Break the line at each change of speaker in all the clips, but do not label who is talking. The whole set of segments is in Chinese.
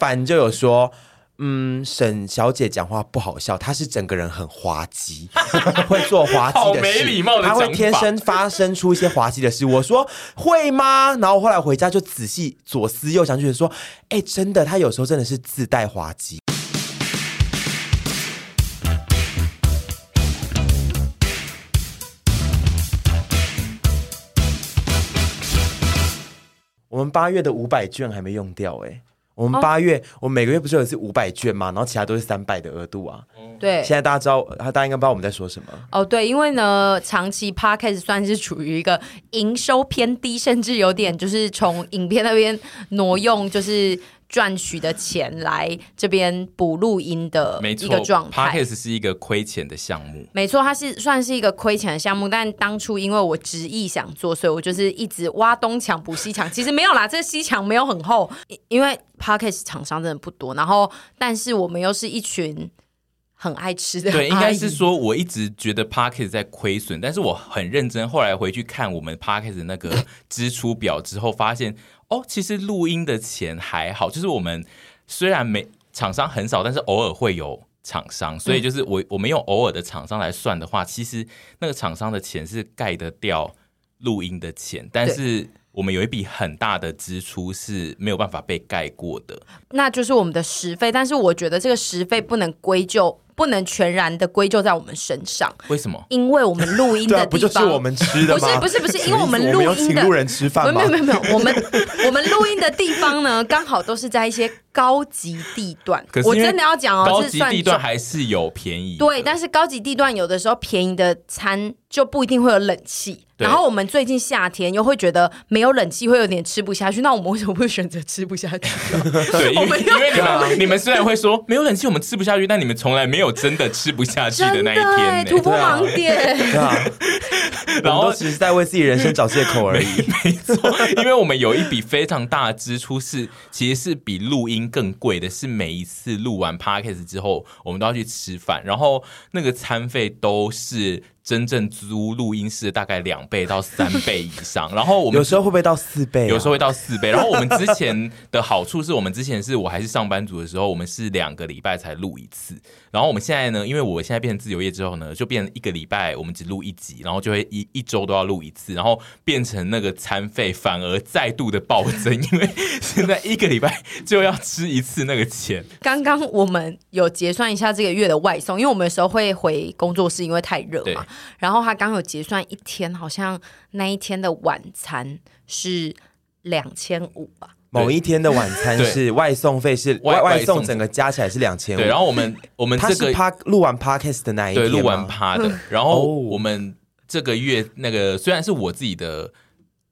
凡就有说。嗯，沈小姐讲话不好笑，她是整个人很滑稽， 会做滑稽
好
的事，
没礼貌的
她会
讲法
天生发生出一些滑稽的事。我说会吗？然后后来回家就仔细左思右想，就觉得说，哎、真的，她有时候真的是自带滑稽。我们八月的五百卷还没用掉哎、我们八月、我们每个月不是有一次五百卷嘛，然后其他都是三百的额度啊。
对
现，在大家知道，呃大家应该不知道我们在说什么。
哦对，因为呢，长期 podcast 算是处于一个营收偏低，甚至有点就是从影片那边挪用，就是赚取的钱来这边补录音的
没
一
错
个状态。
，Podcast 是一个亏钱的项 目。
没错，它是算是一个亏钱的项目，但当初因为我执意想做，所以我就是一直挖东墙补西墙。其实没有啦，这个西墙没有很厚，因因为 podcast 厂商真的不多。然后，但是我们又是一群很爱吃的，
对，应该是。说，我一直觉得 Parkes 在亏损，但是我很认真，后来回去看我们 Parkes 那 个支出表之后，发现哦，其实录音的钱还好，就是我们虽然没厂商很少，但是偶尔会有厂商，所以
嗯
就是我我们用偶尔的厂商来算的话，其实那个厂商的钱是盖得掉录音的钱，但
对
是。我们有一笔很大的支出是没有办法被盖过的，
那就是我们的食费，但是我觉得这个食费不能归咎，不能全然的归咎在我们身上，
为什么？
因为我们录音的地
对
方，
啊，不就是我们吃的
不
吗？
是不是不是
什么意思
因为我们录音的
有请路人吃饭
没
吗
有？没有没有，我们我们录音的地方呢， 刚好都是在一些高级地段
可。是
我
因为
真的要讲哦，
高
这
级
算
地段
重
还是有便宜的，
对， 但是高级地段有的时候便宜的餐就不一定会有冷气，
对
然后我们最近夏天又会觉得没有冷气会有点吃不下去，那我们为什么会选择吃不下去？
对，因
我
为
们
因为你们你们虽然会说没有冷气我们吃不下去，但你们从来没有真的吃不下去
真
那一
哎、
天
突
呢。
破盲点。
对啊，
然
然
后
后只是在为自己人生找借口而已。
没错，因为我们有一笔非常大的支出是，其实是比录音更贵的，是每一次录完 podcast 之后，我们都要去吃饭，然后那个餐费都是真正租录音室的大概两倍到三倍以上，然后我们
有时候会不会到四倍、啊？
有时候会到四倍。然后我们之前的好处是我们之前是我还是上班族的时候，我们是两个礼拜才录一次。然后我们现在呢，因为我现在变成自由业之后呢，就变成一个礼拜我们只录一集，然后就会一一周都要录一次，然后变成那个餐费反而再度的暴增，因为现在一个礼拜就要吃一次那个钱。
刚刚我们有结算一下这个月的外送，因为我们有时候会回工作室，因为太热
对
嘛。然后他刚有结算一天，好像那一天的晚餐是两千五吧。
某一天的晚餐
对
是外送费是外
外外
外
送
送整个加起来是两千五。
对，然后我们我们
他
这
是
个
趴录完 podcast 的那一天
对，
吗，
录完 趴的。然后
哦
我们这个月那个虽然是我自己的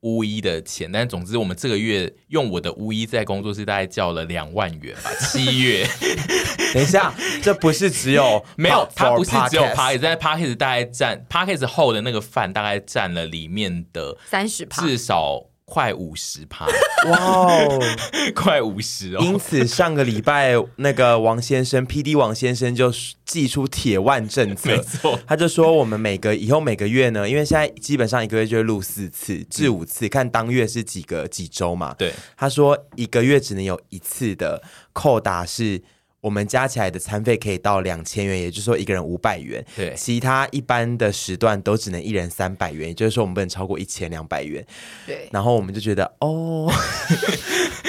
巫医的钱，但总之我们这个月用我的巫医在工作室大概叫了两万元 吧。七月
等一下，这不是只有
没有
pod-，
它不是只有
for podcast
p a r k 在 p a r k 大概占 p a r k 后的那个饭大概占了里面的
三十趴，
至少快五十 趴，
哇哦！
快五十
因
哦。
此上个礼拜那个王先生 P D 王先生就寄出铁腕政
没
策。
错，
他就说，我们每个以后每个月呢，因为现在基本上一个月就会录四次至五次，看当月是几个几周嘛。
对，
他说一个月只能有一次的扣打是。我们加起来的餐费可以到两千元，也就是说一个人五百元。
对
其他一般的时段都只能一人三百元，也就是说我们不能超过一千两百元。
对。
然后我们就觉得，哦，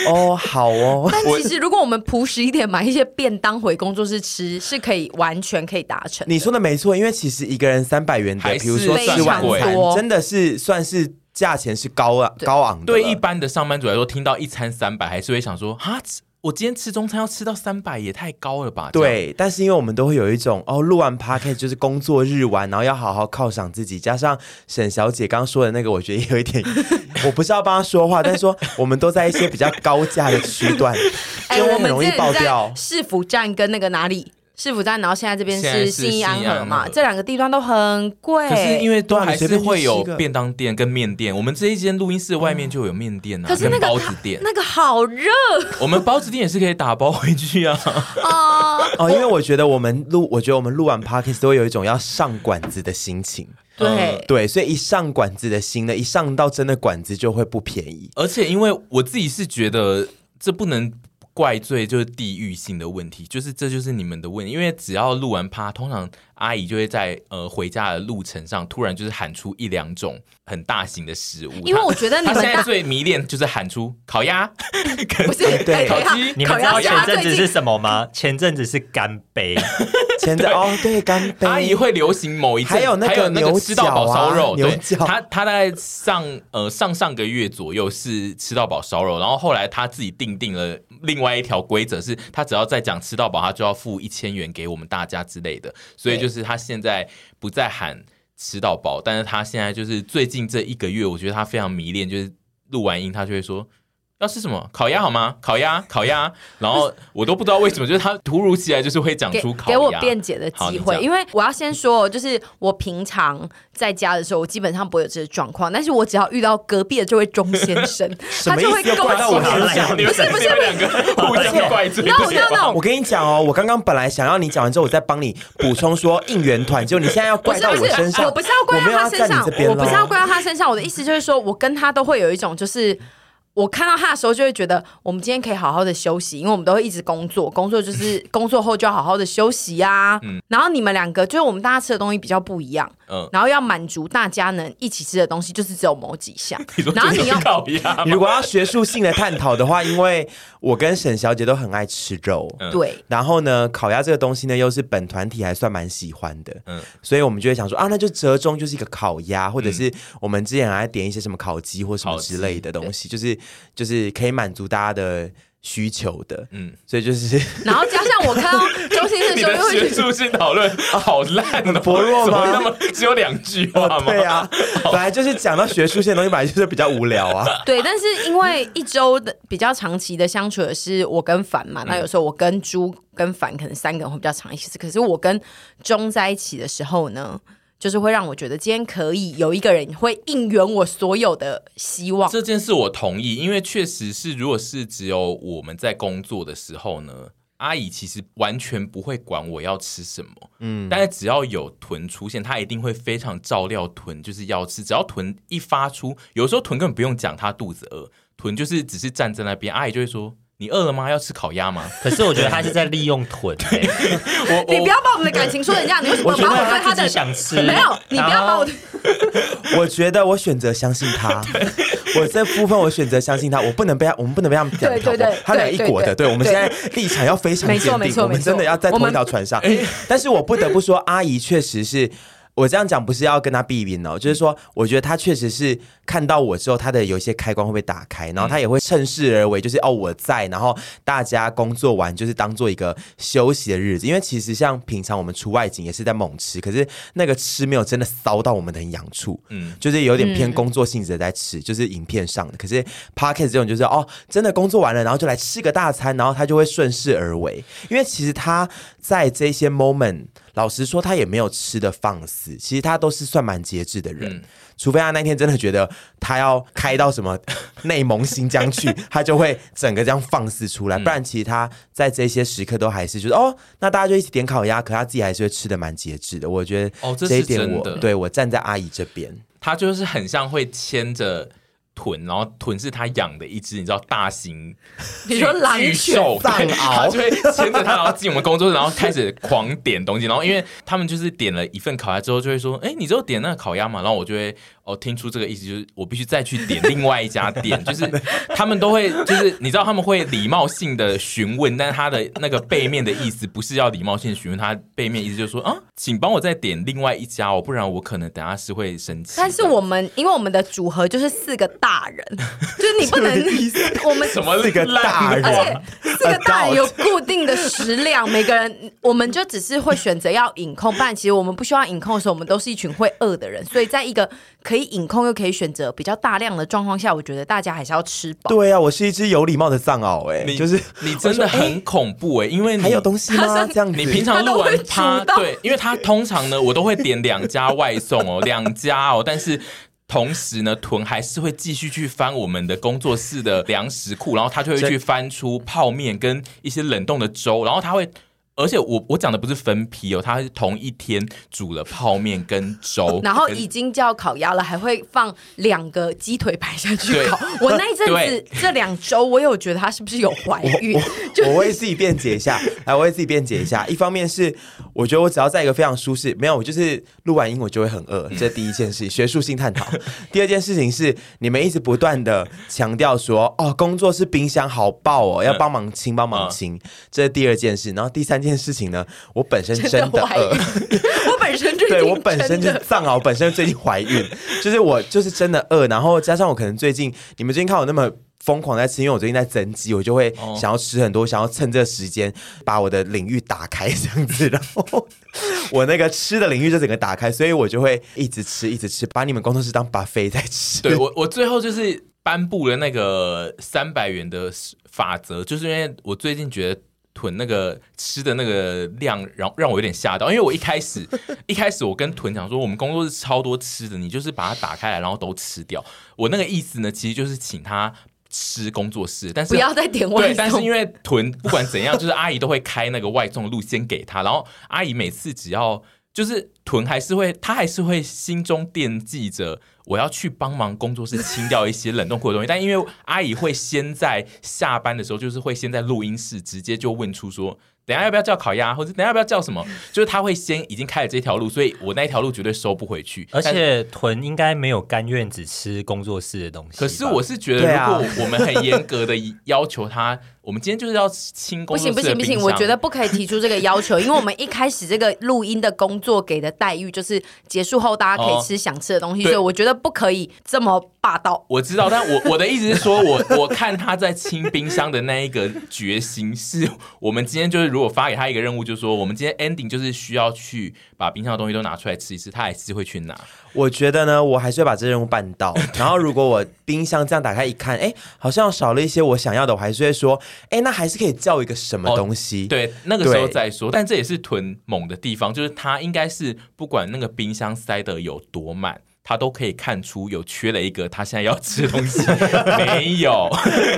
哦，好哦，
但其实如果我们朴实一点，买一些便当回工作室吃，是可以完全可以达成的。
你说的没错，因为其实一个人三百元
还
的，
是
比如说吃晚
非常
餐
多，
真的是算是价钱是高啊
对
高昂的了。
对一般的上班族来说，听到一餐三百，还是会想说哈，我今天吃中餐要吃到三百，也太高了吧？这样
对，但是因为我们都会有一种哦，录完 p o d c a s t 就是工作日完，然后要好好犒赏自己。加上沈小姐刚刚说的那个，我觉得也有一点， 我不是要帮她说话，但是说我们都在一些比较高价的区段，
哎、
就会
我
很
们
容易
之前
爆
在
掉。
市府站跟那个哪里？市府站，然后现在这边
现在
是
是
信义安
信义安
和嘛，
和
这两个地段都很贵。
可是因为都
对啊
还
你随
是
便去
会有
吃个
便当店跟面店，我们这一间录音室外面就有面店啊，
哦可是那
跟
个
包
它
子店，
那个好热
我们包子店也是可以打包回去啊。
啊！
哦，因为我觉得我们录，我觉得我们录完 p o d c a s t 都会有一种要上馆子的心情。
对，
对，所以一上馆子的心呢，一上到真的馆子就会不便宜。
而且因为我自己是觉得这不能怪罪就是地域性的问题，就是这就是你们的问题，因为只要录完趴，通常阿姨就会在呃回家的路程上突然就是喊出一两种很大型的食物，
因为我觉得你
他
们
现在
大
最迷恋就是喊出烤鸭， 跟
不是
对
烤
烤鸡
鸭，
你
烤
们知道
鸭是
前
他
阵子
最
是
近
什么吗？前阵子是干 杯，
前阵哦，对，干杯。
阿姨会流行某一阵，
还有那个牛
吃到饱
角啊
烧肉，
牛
对
角
她她大概上呃上上个月左右是吃到饱烧肉，然后后来她自己定定了另外一条规则，是她只要再讲吃到饱，她就要付一千元给我们大家之类的，所以就是她现在不再喊吃到饱，但是她现在就是最近这一个月，我觉得她非常迷恋，就是录完音她就会说。要吃什么？烤鸭好吗？烤鸭，烤鸭。然后我都不知道为什么，就是她突如其来就是会讲
给
出烤鸭。
给我辩解的
好
机
你
会，
讲
因为我要先说，哦就是我平常在家的时候，我基本上不会有这些状况，但是我只要遇到隔壁的这位钟先生，他
么
就会
意思
勾
又怪到
起
我
我
身上
你
哎不
们
是不
你
是
们两个互相怪罪。
，no no no，
我跟你讲哦，我刚刚本来想要你讲完之后，我再帮你补充说应援团，就你现在要
不
怪
是
到
不
身
是，
上，
我不是要怪
我没
到
有
他
站
身
你
上
这，边
我不是要
咯
怪到他身上。我的意思就是说，我跟他都会有一种，就是我看到他的时候，就会觉得我们今天可以好好的休息，因为我们都会一直工作，工作就是 工作后就要好好的休息啊。
嗯
然后你们两个就是我们大家吃的东西比较不一样，
嗯
然后要满足大家能一起吃的东西，就是只有某 几项
你说。
然后
这
你
是
又
烤鸭
你
吗？
如果要学术性的探讨的话，因为我跟沈小姐都很爱吃肉，
嗯
对。
然后呢，烤鸭这个东西呢，又是本团体还算蛮喜欢的，
嗯
嗯，所以我们就会想说啊，那就折中就是一个烤鸭，或者是我们之前还点一些什么嗯烤鸡或什么之类的东西，就是就是可以满足大家的需求的，
嗯
嗯，所以就是
然后加上我 看到周星驰的
你
时候，
的
就会觉
学
得
术性讨论好烂哦，
薄嗯弱
怎么
吗
那么只有两句话吗？
对啊，本来就是讲到学术性的东西，本来就是比较无聊 啊。
对，但是因为一周的比较长期的相处的是我跟凡嘛，那有时候我跟朱跟凡可能三个人会比较长一些，可是我跟钟在一起的时候呢，就是会让我觉得今天可以有一个人会应援我所有的希望。
这件事我同意，因为确实是，如果是只有我们在工作的时候呢，阿姨其实完全不会管我要吃什么，嗯，但是只要有豚出现，她一定会非常照料豚，就是要吃。只要豚一发出，有时候豚根本不用讲，它肚子饿，豚就是只是站在那边，阿姨就会说：“你饿了吗？要吃烤鸭吗
可是我觉得他是在利用臀、欸，？”
我
你不要把我们的感情说成这样，你为什么
我觉
把
得
我跟他
他自
的
己想吃，
没有？你不要把我的，
我觉得我选择相信他，我这部分我选择相信他，我不能被他，我们不能被他们讲
对
挑
对
拨
对，
他俩一国的，
对对
对我们现在立场要非常
没
坚
错没
定，
错
我们
没错
真的要在同一条船上。但是我不得不说，阿姨确实是。我这样讲不是要跟她避免哦，就是说，我觉得她确实是看到我之后，她的有一些开关会被打开，然后她也会趁势而为，就是哦我在，然后大家工作完就是当做一个休息的日子，因为其实像平常我们出外景也是在猛吃，可是那个吃没有真的骚到我们的很痒处，
嗯
嗯，就是有点偏工作性质的在吃，就是影片上的。可是 podcast 这种就是哦，真的工作完了，然后就来吃个大餐，然后他就会顺势而为。因为其实他在这些 moment，老实说他也没有吃的放肆，其实他都是算蛮节制的人，
嗯
除非他那天真的觉得他要开到什么 内蒙新疆去，他就会整个这样放肆出
嗯
来。不然其实他在这些时刻都还是就是哦，那大家就一起点烤鸭，可他自己还是会吃的蛮节制的。我觉得
哦这是
这一点
真
我
的
对我站在阿姨这边。
它就是很像会牵着豚，然后豚是它养的一只，你知道大型
你说狼
巨
犬
兽
藏
对
獒
它就会牵着它，然后进我们工作室，然后开始狂点东西。然后因为他们就是点了一份烤鸭之后，就会说：“哎，你只有点那个烤鸭嘛？”然后我就会哦，听出这个意思就是我必须再去点另外一家店，就是他们都会就是你知道他们会礼貌性的询问，但是他的那个背面的意思不是要礼貌性地询问，他背面意思就是说啊，请帮我再点另外一家哦，不然我可能等下是会生气的。
但是我们因为我们的组合就是四个大人，就是你不能，我们
什么
是个大人
而且四个大人
Adult
有固定的食量，每个人我们就只是会选择要饮控，但其实我们不需要饮控的时候，我们都是一群会饿的人，所以在一个可以饮控又可以选择比较大量的状况下，我觉得大家还是要吃饱。
对啊，我是一只有礼貌的藏獒、欸，
你
哎，就是
你真的很恐怖哎、因为你
还有东西吗？这样子，
你平常录完趴
他都会主，动，
对，因为他通常呢，我都会点两家外送哦，两家哦，但是。同时呢，豚还是会继续去翻我们的工作室的粮食库，然后他就会去翻出泡面跟一些冷冻的粥，然后他会而且我我讲的不是分批哦，他是同一天煮了泡面跟粥
然后
跟
已经叫烤鸭了，还会放两个鸡腿排下去
对
烤。我那一阵
对
子这两周，我有觉得她是不是有怀孕？ 就
我为自己辩解一下，来，我为自己辩解一下。一方面是，我觉得我只要在一个非常舒适，没有，我就是录完音我就会很饿，这第一件事，学术性探 讨。第二件事情是，你们一直不断的强调说，哦，工作是冰箱好爆哦，要
嗯
帮忙清，帮忙清，这是第二件事。然后第三件事情呢，我本身真
真的
的
怀孕
饿。
我本身就已经
对我本身就
真
是
的
藏獒，本身最近怀孕，就是我就是真的饿，然后加上我可能最近你们最近看我那么。疯狂在吃，因为我最近在增肌，我就会
哦
想要吃很多，想要趁这个时间把我的领域打开这样子，然后我那个吃的领域就整个打开，所以我就会一直吃，一直吃，把你们工作室当 buffet 在吃。
对我，我最后就是颁布了那个三百元的法则，就是因为我最近觉得。囤那个吃的那个量，然后让我有点吓到，因为我一开始一开始我跟屯讲说，我们工作是超多吃的，你就是把它打开来，然后都吃掉。我那个意思呢，其实就是请他吃工作室，但是
不要再点 外
对，但是因
送。
为囤不管怎 样，就是阿姨都会开那个外送路先给他，然后阿姨每次只要就是囤还是会，她还是会心中惦记着我要去帮忙工作室清掉一些冷冻库的东西，但因为阿姨会先在下班的时候，就是会先在录音室直接就问出说。等一下要不要叫烤鸭，或者等一下要不要叫什么？就是她会先已经开了这条路，所以我那一条路绝对收不回去。
而
但
且屯应该没有甘愿只吃工作室的东西吧。
可是我是觉得，
对啊
如果我们很严格的要求他，我们今天就是要清
不
工作
行
室
不
的
行不行，
冰
我
箱
觉得不可以提出这个要求，因为我们一开始这个录音的工作给的待遇就是结束后大家可以
哦
吃想吃的东西，
对
所以我觉得不可以这么霸道。
我知道，但我 我的意思是说，我我看他在清冰箱的那一个决心，是我们今天就是如果发给他一个任务，就是说我们今天 ending 就是需要去把冰箱的东西都拿出来吃一吃，他还是会去拿。
我觉得呢，我还是会把这任务办 到。然后，如果我冰箱这样打开一看，哎，好像少了一些我想要的，我还是会说，哎，那还是可以叫一个什么
哦
东西。
对，那个时候
对
再说。但这也是囤猛的地方，就是他应该是不管那个冰箱塞的有多满。他都可以看出有缺了一个他现在要吃的 东西没有，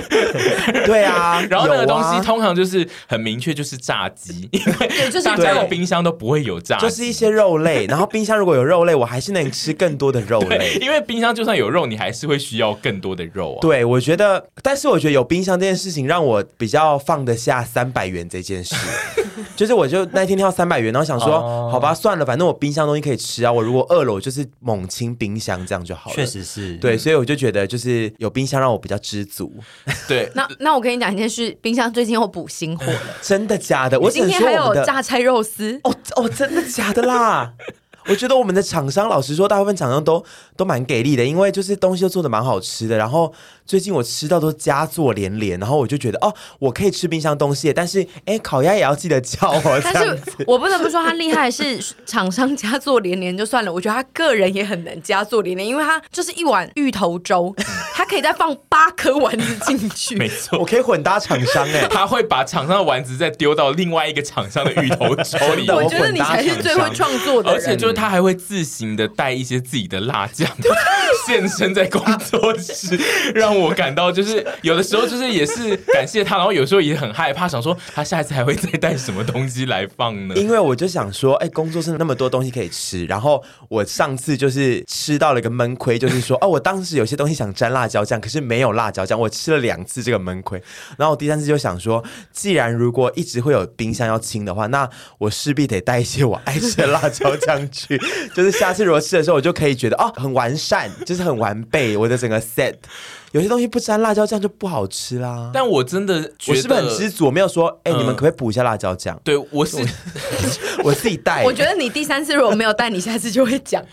对啊，
然后那个
有
东
啊
西通常就是很明确，就是炸鸡，因为
对，就是
大
对
家
这
的
种
冰箱都不会有炸鸡，
就是一些肉类，然后冰箱如果有肉类，我还是能吃更多的肉类。
对，因为冰箱就算有肉，你还是会需要更多的肉啊。
对，我觉得，但是我觉得有冰箱这件事情让我比较放得下三百元这件事， 就是我就那天跳三百元，然后想说，
哦
好吧，算了，反正我冰箱东西可以吃啊，我如果饿了，我就是猛清冰箱这样就好了。
确，实嗯是
对，，所以我就觉得就是有冰箱让我比较知足。
对，
那那我跟你讲一件事，冰箱最近又补新货了。
真的假的？我只
今
能
天
说
还
我
有
们的
榨菜肉丝，
哦哦，真的假的啦？我觉得我们的厂商，老实说，大部分厂商都都蛮给力的，因为就是东西都做的蛮好吃的。然后最近我吃到都佳作连连，然后我就觉得哦，我可以吃冰箱东西，但是哎，烤鸭也要记得叫哦。这
但
样
是
子
我不得不说他厉害的是厂商佳作连连就算了，我觉得他个人也很能佳作连连，因为他就是一碗芋头粥，他可以再放八颗丸子进
没
去。
错。
我可以混搭厂商哎、
他会把厂商的丸子再丢到另外一个厂商的芋头粥
真，
里
的
我觉得你才是最会创作的
而且
人。
就是他还会自行的带一些自己的辣酱 现身在工作室，让我感到就是有的时候就是也是感谢他，然后有时候也很害怕，想说他下一次还会再带什么东西来放呢？
因为我就想说，哎、工作室那么多东西可以吃，然后我上次就是吃到了一个闷亏，就是说，哦，我当时有些东西想沾辣椒酱，可是没有辣椒酱，我吃了两次这个闷亏。然后我第三次就想说，既然如果一直会有冰箱要清的话，那我势必得带一些我爱吃的辣椒酱去， 就是下次如果吃的时候，我就可以觉得哦，很完善，就是很完备，我的整个 set。有些东西不沾辣椒酱就不好吃啦。
但我真的觉
我
得，
是不是很知足？我没有说，哎、你们可
嗯
不可以补一下辣椒酱？
对，我是
我自己带。
我觉得你第三次如果没有带，你下次就会 讲。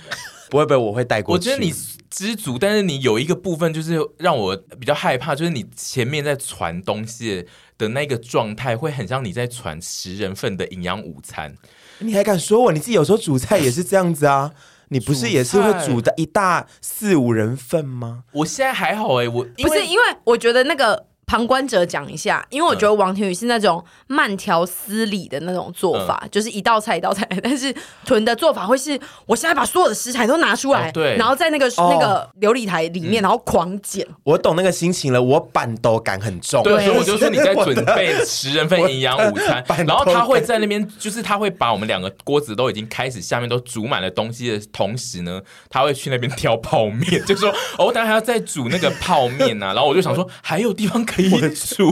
不会不会，我会带过
我
去。
觉得你知足，但是你有一个部分就是让我比较害怕，就是你前面在传东西的那个状态，会很像你在传十人份的营养午餐。
你还敢说我？你自己有时候煮菜也是这样子啊？你不是也是会煮的一大四五人份吗？
我现在还好哎、我
不是因为我觉得那个。旁观者讲一下，因为我觉得王庭宇是那种慢条斯理的那种做
嗯
法，就是一道菜一道菜。但是屯的做法会是，我现在把所有的食材都拿出来，
哦对嗯
然后在那个、
哦
那个琉璃台里面，然后狂剪。
我懂那个心情了，我板豆感很重。
对，所以我就说你在准备十人份营养午 餐
我的，
然后他会在那边，就是他会把我们两个锅子都已经开始下面都煮满了东西的同时呢，他会去那边挑泡面，就说哦，我等下还要再煮那个泡面呐、啊。然后我就想说还有地方可以煮，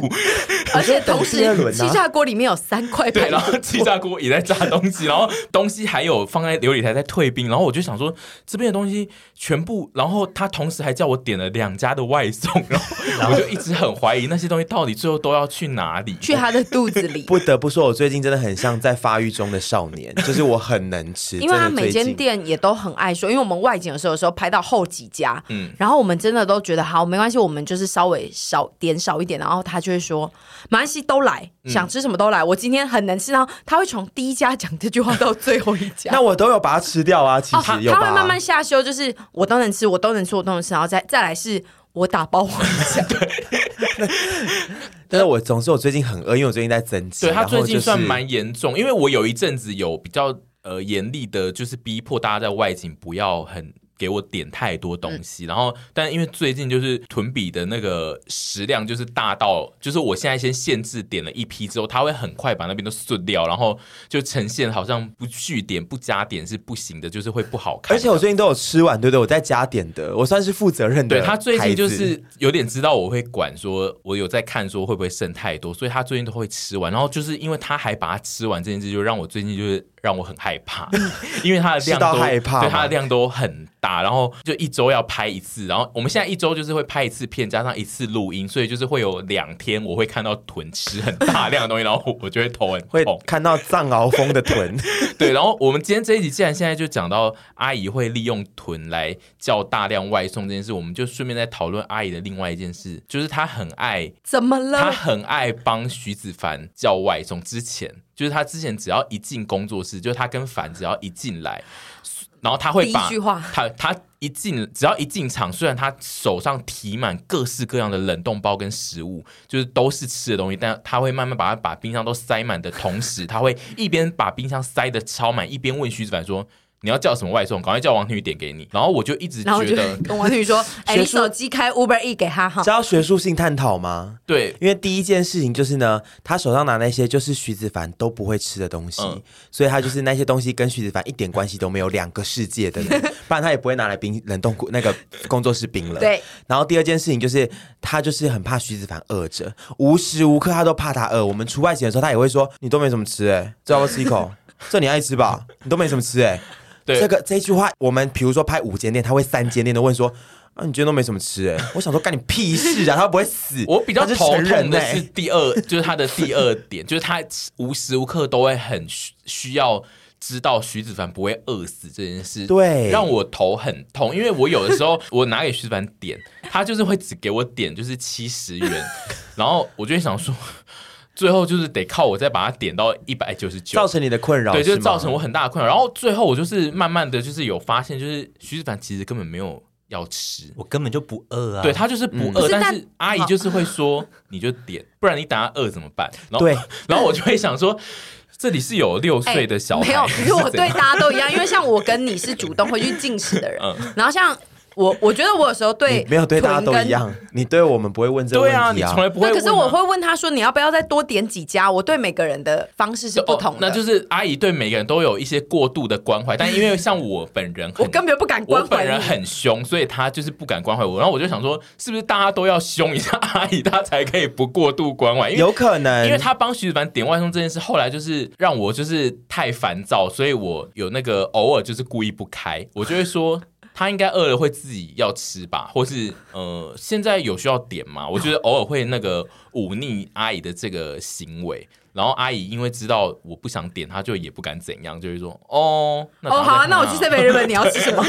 而 且同
我就等第二
时，
轮啊
气炸锅里面有三块
对，
排
然后气炸锅也在炸东西，然后东西还有放在琉璃台在退冰，然后我就想说这边的东西全部，然后他同时还叫我点了两家的外送，然后我就一直很怀疑那些东西到底最后都要去哪里。
去他的肚子 里。
不得不说，我最近真的很像在发育中的少年，就是我很能吃，
因为他
真的
每
最近
间店也都很爱说，因为我们外景的时候，有时候拍到后几家，
嗯
然后我们真的都觉得好没关系，我们就是稍微少点少一点，然后他就会说马来西都来，
嗯
想吃什么都来，我今天很能吃，然后他会从第一家讲这句话到最后一家。
那我都有把它吃掉啊，其
哦，他
实有吧？
会慢慢下修，就是我都能吃，我都能吃，我都能吃，然后再再来是我打包回家。
但是我总是我最近很饿，因为我最近在增肌。
对他
然后
最
就
近
是
算蛮严重，因为我有一阵子有比较呃严厉的，就是逼迫大家在外景不要很。给我点太多东
嗯
西，然后但因为最近就是屯比的那个食量就是大到，就是我现在先限制点了一批之后，他会很快把那边都碎掉，然后就呈现好像不续点不加点是不行的，就是会不好看。
而且我最近都有吃完，对不对？我在加点的，我算是负责任的
对
孩子。
他最近就是有点知道我会管说，我有在看说会不会剩太多，所以他最近都会吃完。然后就是因为他还把它吃完这件事，就让我最近就是让我很害怕， 因为他的量
吃到
都
害怕吗
对他的量都很大，然后就一周要拍一次，然后我们现在一周就是会拍一次片，加上一次录音，所以就是会有两天我会看到臀吃很大量的东西，然后我就会头很
会
痛。
看到藏獒峰的臀，
对，然后我们今天这一集既然现在就讲到阿姨会利用臀来叫大量外送这件事，我们就顺便再讨论阿姨的另外一件事，就是她很爱，
怎么
她
了？
很爱帮徐子凡叫外送。之前就是她之前只要一进工作室，就是她跟凡只要一进来，然后她会
第一
把
句话
她她一进只要一进场，虽然她手上提满各式各样的冷冻包跟食物，就是都是吃的东西，但他会慢慢把它把冰箱都塞满的同时，他会一边把冰箱塞的超满，一边问徐子凡说：“你要叫什么外送？赶快叫王天宇点给你。”然后我就一直
然后我
觉
就
得，
跟王 宇说：“哎，
学
你
术
手机开 Uber E 给他哈
知。道学术性探讨吗？
对
因为第一件事情就是呢，他手上拿那些就是徐子凡都不会吃的东西，
嗯
所以他就是那些东西跟徐子凡一点关系都没有，两个世界的 人，不然他也不会拿来冰冷冻库那个工作室冰了。
对。
然后第二件事情就是，他就是很怕徐子凡饿着，无时无刻他都怕他饿。我们出外景的时候，他也会说：“你都没怎么吃、欸，哎，这要不要吃一 口？这你爱吃吧？你都没怎么吃、欸，哎。”
对
这个这句话，我们比如说拍五间店，他会三间店都问说。啊，你今天都没什么吃哎、我想说干你屁事啊！他不会死，
我比较
他是
头
成人
痛的
欸
是第二，就是他的第二点， 就是他无时无刻都会很需需要。知道徐子凡不会饿死这件事，
对
让我头很痛，因为我有的时候我拿给徐子凡点，他就是会只给我点就是七 十元，然后我就会想说，最后就是得靠我再把它点到一百九十九，
造成你的困扰，
对，就是
吗
造成我很大的困扰。然后最后我就是慢慢的就是有发现，就是徐子凡其实根本没有要吃，
我根本就不饿啊。
对他就是
嗯
不
不
饿，
是
但
但
是阿姨就是会说你就点，不然你等下饿怎么办？然后
对，
然后我就会想说，这里是有六岁的小孩，
哎没有，可 是我
怎
对
样
大家都一样，因为像我跟你是主动会去进食的人，
嗯
然后像我，我觉得我有时候对
你没有对大家都
豚跟
一。样，你对我们不会问这个
对
问
啊，你
题
从来不会
对，
问啊。
可是我会问他说：“你要不要再多点几家？”我对每个人的方式是不同
哦
的，
那就是阿姨对每个人都有一些过度的关怀，但因为像我本人很，
我根本不敢关
我
怀
本
你。
人很凶，所以他就是不敢关怀我。然后我就想说，是不是大家都要凶一下阿姨，她才可以不过度关怀？因为
有可能，
因为他帮徐子凡点外送这件事，后来就是让我就是太烦躁，所以我有那个偶尔就是故意不开，我就会说。他应该饿了会自己要吃吧，或是呃，嗯现在有需要点吗？我觉得偶尔会那个忤逆阿姨的这个行为，然后阿姨因为知道我不想点，她就也不敢怎样，就会说哦，那
哦，好啊，那 我去
这
这北日本，你要吃什么？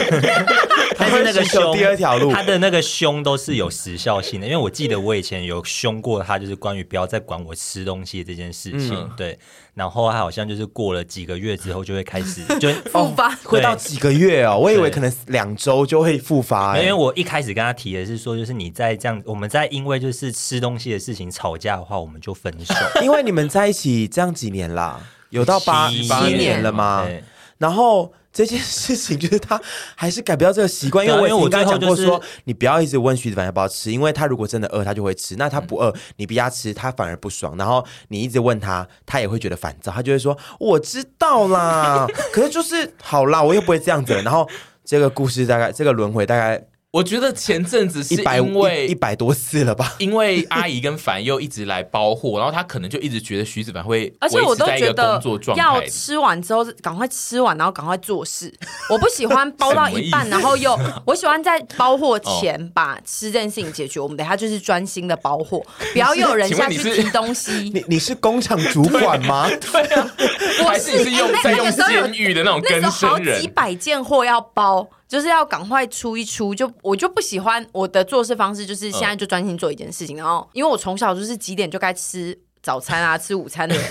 但是那个
走
胸，
第二条路
他的那个胸都是有时效性的，因为我记得我以前有凶过他，就是关于不要再管我吃东西这件事情。
嗯
对，然后他好像就是过了几个月之后就会开 始，就
哦
复发
哦会到几个月哦，我以为可能两周就会复发、
没有因为
欸。
我一开始跟他提的是说，就是你在这样，我们在因为就是吃东西的事情吵架的话，我们就分手。
因为你们在一起这样几年 啦，有到八
七
八
年
年了吗？
对
然后这件事情就是他还是改不掉这个习惯，因
对啊
为我已
因为
经
我
跟他讲
最
过
后
说，
就是
你不要一直问徐子凡要不要吃，因为他如果真的饿，他就会吃；那他不饿，你逼他吃，他反而不爽。然后你一直问他，他也会觉得烦躁，他就会说我知道 啦，可是就是好啦，我又不会这样子了。然后这个故事大概这个轮回大概
我觉得前阵子是
一百
因为
一百多次了吧。
因为阿姨跟凡又一直来包货，然后他可能就一直觉得徐子凡会
而且我
维持
都
在一
觉
个
得
工作状
要
态。
吃完之后赶快吃完，然后赶快做事。我不喜欢包到一 半，
什么意思
然后又我喜欢在包货前把吃这件事情解决。我们等一下就是专心的包货，不要又有人
请
下
问
去
你是
提东西。
你你是工厂主管 吗？
对啊，还是你是用
哎那
在
那
用
个时候有
监狱的那种
那
跟
时候好
生
几
人？
百件货要包，就是要赶快出一出。就我就不喜欢我的做事方式，就是现在就专心做一件事情。然后，因为我从小就是几点就该吃早餐啊，吃午餐的人，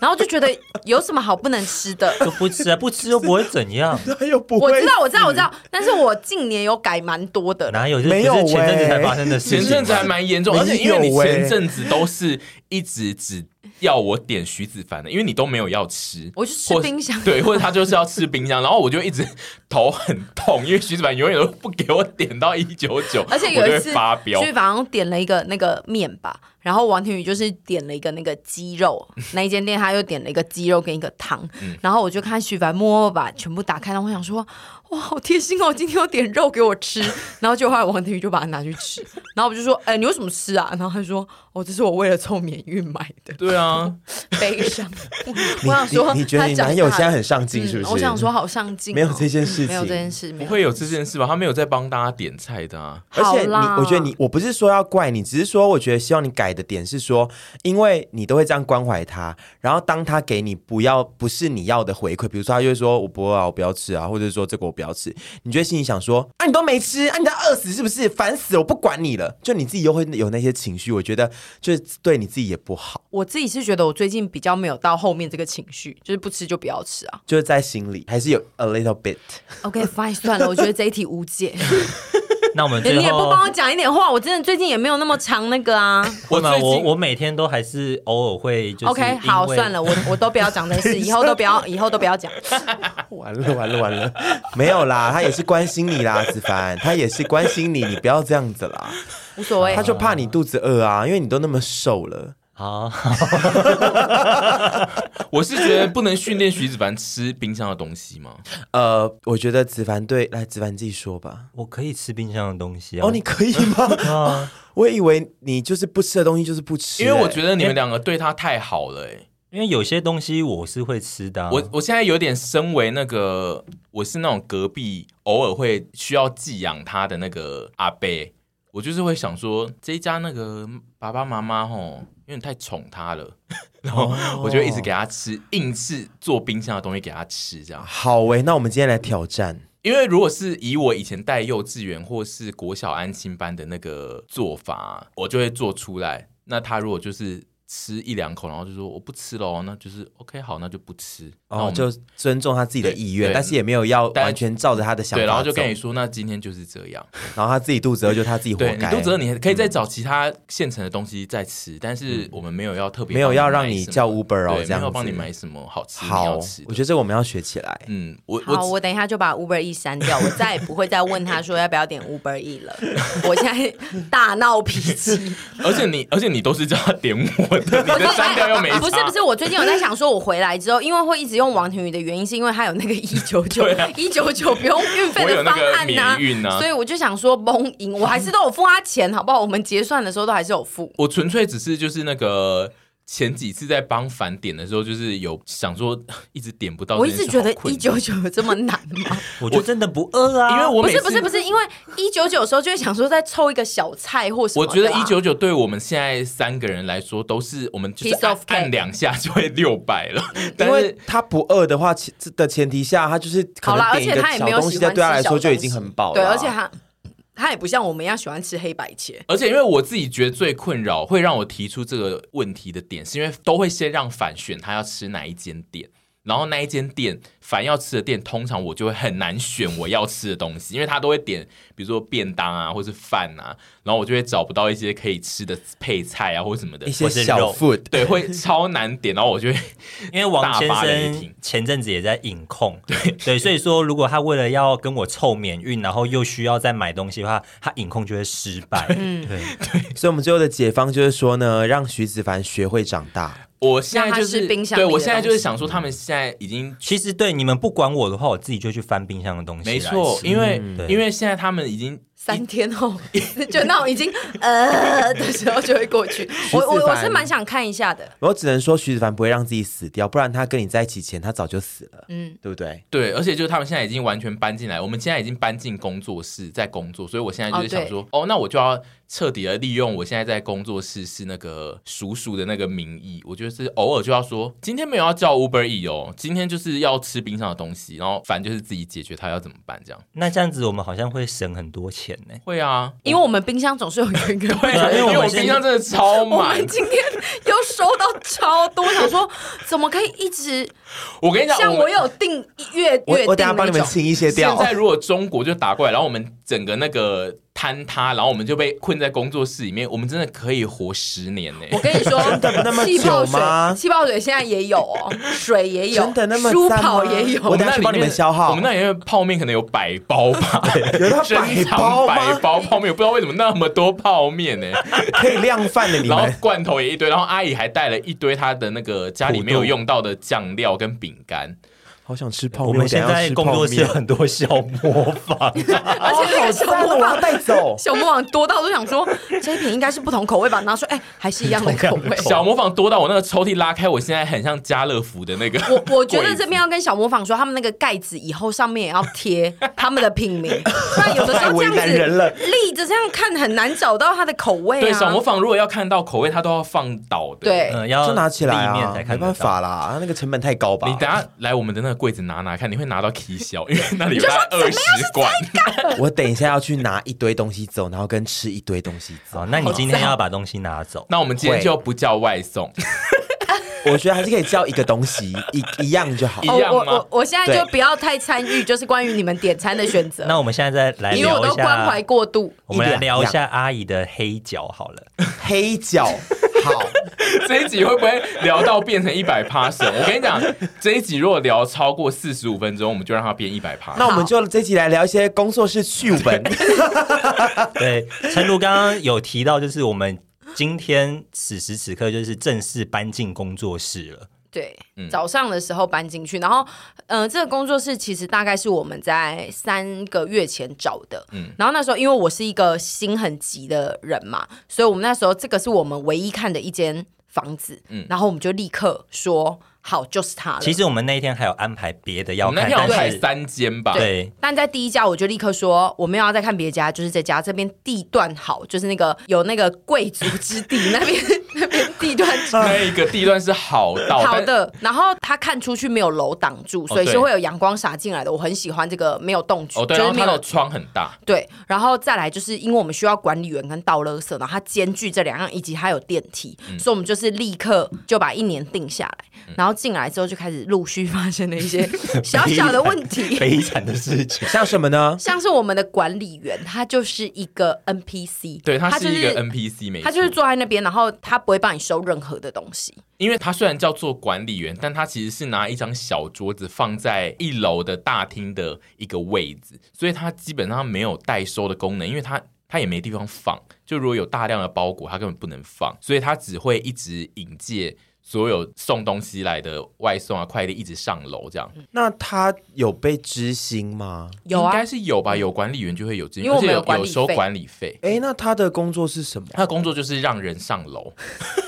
然后就觉得有什么好不能吃的。
就不吃啊，不吃又不会怎样。
他又不
我
会
知，道，我知道，我知道，但是我近年有改蛮多的啦。
哪有？这
没有
这是前阵子才
喂
发生的事情
哎前
吗。
阵子还蛮严重，
没有
而且因为你
欸
前阵子都是一直只要我点徐子凡的，因为你都没有要吃，
我就吃
或
冰箱
对，或者他就是要吃冰箱，然后我就一直头很痛，因为徐子凡永远都不给我点到一九九，
而且有
我就
一
会
次，
发飙
所，以好像点了一个那个面吧，然后王天宇就是点了一个那个鸡肉，那一间店他又点了一个鸡肉跟一个汤，
嗯
然后我就看徐凡默默把全部打开，然后我想说，哇，好贴心哦，今天有点肉给我吃， 然后就后来王天宇就把它拿去吃，然后我就说，哎、你为什么吃啊？然后他就说，哦，这是我为了凑免运买的，
对啊，
悲伤。
你
我想说
你你觉得
他
你
长
男友
大
现在
了
很上进
嗯
是不是？
我想说好上进哦、
没有这件事情
没有这件事，没
不
有
会有这件事吧？他没有在帮大家点菜的啊。
而且你，
好啦
我觉得你，我不是说要怪你，只是说我觉得希望你改的点是说，因为你都会这样关怀他，然后当他给你不要不是你要的回馈，比如说他就会说我不饿啊，我不要吃啊，或者说这个我不要吃，你就会心里想说啊，你都没吃啊，你在饿死是不是？烦死了，我不管你了。就你自己又会有那些情绪，我觉得就是对你自己也不好，
我自己是觉得我最近比较没有到后面这个情绪，就是不吃就不要吃 啊。
就是在心里还是有 a little bit。
OK fine，算了，我觉得这一题无解。
那我们
你
最
也不帮
后
我。讲一点话，我真的最近也没有那么长那个 啊。
会吗
最近
我我每天都还是偶尔会就是
OK，好，
因为
算了，我我都不要讲这 事，以后都不要，以后都不要讲。
完了 完了完了，没有啦，他也是关心你啦，子凡，他也是关心你，你不要这样子啦。
无所谓
他。就怕你肚子饿啊，因为你都那么瘦了。
好，
我是觉得不能训练徐子凡吃冰箱的东西吗？
呃，我觉得子凡对，来子凡自己说吧。
我可以吃冰箱的东西
嗯
啊。
哦，你可以吗？
啊，
我以为你就是不吃的东西就是不吃、欸
因为我
得
觉得你们两个对他太好了、欸。
因为有些东西我是会吃的啊。
我我现在有点身为那个，我是那种隔壁偶尔会需要寄养他的那个阿伯，我就是会想说这一家那个爸爸妈妈吼，有点太宠他了， 然后我就一直给他吃，硬是做冰箱的东西给他吃这样。
好喂、那我们今天来挑战。
因为如果是以我以前带幼稚园或是国小安亲班的那个做法，我就会做出来。那他如果就是吃一两口，然后就说我不吃喽，那就是 OK 好，那就不吃。那我
哦，
们
就尊重他自己的意愿，
对
但是也没有要
但
完全照着他的想法
对，然后就
走
跟你，说，那今天就是这样。
然后他自己肚子饿就他自己活
对你
该。嗯
肚子饿，你可以再找其他现成的东西再吃，但是我们没有要特别
没有
帮
要
买
让你
什么
叫 Uber 哦
对
这样
没有帮
子
你买什么好吃你
好
要吃，
我
的。
觉得这个我们要学起来。
嗯，我
好，
我
我等一下就把 Uber E 删掉，我再也不会再问他说要不要点 Uber E 了。我现在大闹脾气。
而且你而且你都是叫他点我的，你的删掉又没
不是
差
不是，我最近有在想说，我回来之后，因为会一直用王庭宇的原因，是因为他有那个一九 九一九九不用运费
啊我有
的
那
方
个
案呐、
免运啊
所以我就想说蒙赢，我还是都有付他钱，好不好？我们结算的时候都还是有付。
我纯粹只是就是那个前几次在帮凡点的时候，就是有想说 一直点不到
我
这
一
件事，
直觉得
好困
一
扰
九九有这么难 吗？
我就真的不饿啊，
因为我
不
每
是
次
不是不是，因为一九九的时候就会想说再凑一个小菜或什么
我
的啊、
觉得一九九对我们现在三个人来说都是我们就是
Piece
按
of cake 嗯
按两下就会六百了，但
因为
是
他不饿的话其的前提下，他就是可
好
能
啦，而
点一
且
个
他也
小
没有
东
喜
西，
欢
对
吃
他来说
小
就已
东
经
西
很
啊
饱了。啊
对，而且他他也不像我们一样喜欢吃黑白切。
而且因为我自己觉得最困扰会让我提出这个问题的点，是因为都会先让反选他要吃哪一间店。然后那一间店，凡要吃的店，通常我就会很难选我要吃的东西，因为他都会点，比如说便当啊，或是饭啊，然后我就会找不到一些可以吃的配菜啊，或什么的
一，些
我是
小
肉
food，
对，会超难点，然后我就会
因为王先
大发雷
生
霆
前阵子也在隐控，对所以说如果他为了要跟我凑免运，然后又需要再买东西的话，他隐控就会失败。嗯，对，
所以我们最后的解方就是说呢，让徐子凡学会长大。
我现在就
让它
是
吃冰箱里
对
的
我现在就是
东西
想说，他们现在已经
其实对你们不管我的话，我自己就去翻冰箱的东西来
没
吃。嗯
错，因为
对
因为现在他们已经
三天后， 就那种已经呃的时候就会过去。我我我是蛮想看一下的，
我只能说徐子凡不会让自己死掉，不然他跟你在一起前他早就死了，嗯，对不对？
对，而且就是他们现在已经完全搬进来，我们现在已经搬进工作室在工作，所以我现在就是想说，哦那我就要彻底的利用我现在在工作室是那个叔叔的那个名义，我就是偶尔就要说，哦今天没有要叫 Uber E 哦，今天就是要吃冰箱的东西，然后反正就是自己解决他要怎么办这样。
那这样子我们好像会省很多钱呢、
会啊，
因为我们冰箱总是有一个人
对
会。
啊因为我
因
们
为我
现在
冰箱真的超
我
满
们，今天又收到超多，想说怎么可以一直
我跟你讲，
像
们
我有订月
我
月
我
订
等下帮
那
你们
种，
清一些掉
现。在如果中国就打过来，然后我们整个那个坍塌，然后我们就被困在工作室里面，我们真的可以活十年呢、
我跟你说，
那么
气泡
久吗
水，气泡水现在也有哦，水也有，
真的那么
舒
赞
跑
吗
也有，。
我等下
那
去
里
帮你们
面
消耗
我们那里面泡面可能有百包吧，
有到
珍
百
藏
包啊
百
吗？
包泡面，不知道为什么那么多泡面呢、
可以量贩 的你
然后
们，
罐头也一堆，然后阿姨还带了一堆她的那个家里没有用到的酱料跟饼干，
好想吃泡面。
我们现在工作室有很多小模仿，
而且好赞哦，我要带走
小魔王多到都想说，这一瓶应该是不同口味吧？然后说，哎、还是一样的口
同样
哦
味
的。口
小模仿多到我那个抽屉拉开，我现在很像家乐福的那个柜子。
我觉得这边要跟小模仿说，他们那个盖子以后上面也要贴他们的品名，不然有的时候这样
太为难人了
子立着这样看很难找到它的口味啊。
对小模仿，如果要看到口味，它都要放倒的。
对
嗯， 要
就拿起来
立面
啊
才，看
没
得到
办法啦，那个成本太高吧。
你等下来我们的那个柜子拿拿看，你会拿到 K 小，因为那里有大概二十罐。
我等一下要去拿一堆东西走，然后跟吃一堆东西走
好，。那你今天要把东西拿走。
那我们今天就不叫外 送，
我觉得还是可以叫一个东西， 一一样就好
一。
哦，
样
我
吗
我我现在就
对
不要太参与，就是关于你们点餐的选择，
那我们现在再来
因为我
聊
都
一
关怀
下，
过度。
我们来聊一
一
下阿姨的黑脚好了。
黑脚， 好，
这一集会不会聊到变成一百 p a s s 我跟你讲，这一集如果聊超过四十五分钟，我们就让它变一百 p a s
那我们就这期来聊一些工作室趣 闻。
对，陈如刚刚有提到，就是我们今天此时此刻就是正式搬进工作室了。
对，
嗯
早上的时候搬进去，然后，呃，这个工作室其实大概是我们在三个月前找的，嗯，然后那时候因为我是一个心很急的人嘛，所以我们那时候这个是我们唯一看的一间房子，嗯，然后我们就立刻说好，就是它了。
其实我们那一天还有安排别的
我
要
们那
看，
天有
但
排
是
三间吧？
对，
但在第一家，我就立刻说我没有要再看别家，就是这家这边地段好，就是那个有那个贵族之地，那边 那边地段
那一个地段是好到
好，的，然后它看出去没有楼挡住，所以
对
是会有阳光洒进来的。我很喜欢这个没有动
但
区，
哦对，
就
然后
是没
它的
有
窗很大，
对。然后再来就是因为我们需要管理员跟倒垃圾，然后它兼具这两样，以及它有电梯，
嗯
所以我们就是立刻就把一年定下来。然后进来之后就开始陆续发生了一些小小的问 题。
悲惨的事情。
像什么呢？
像是我们的管理员，他就是一个 NPC，
对，它
就是
一个 NPC 没错，
他就是坐在那边，然后他不会帮你收任何的东西，
因为他虽然叫做管理员，但他其实是拿一张小桌子放在一楼的大厅的一个位置，所以他基本上没有代收的功能，因为他他也没地方放。就如果有大量的包裹，他根本不能放，所以他只会一直引介所有送东西来的外送啊、快递一直上楼这样。
那他有被知心吗？
有
应
啊
该，是有吧，有管理员就会有这，
因为我们
而且
有管理
有收
费
管理费。
哎，那他的工作是什么？
他的工作就是让人上楼，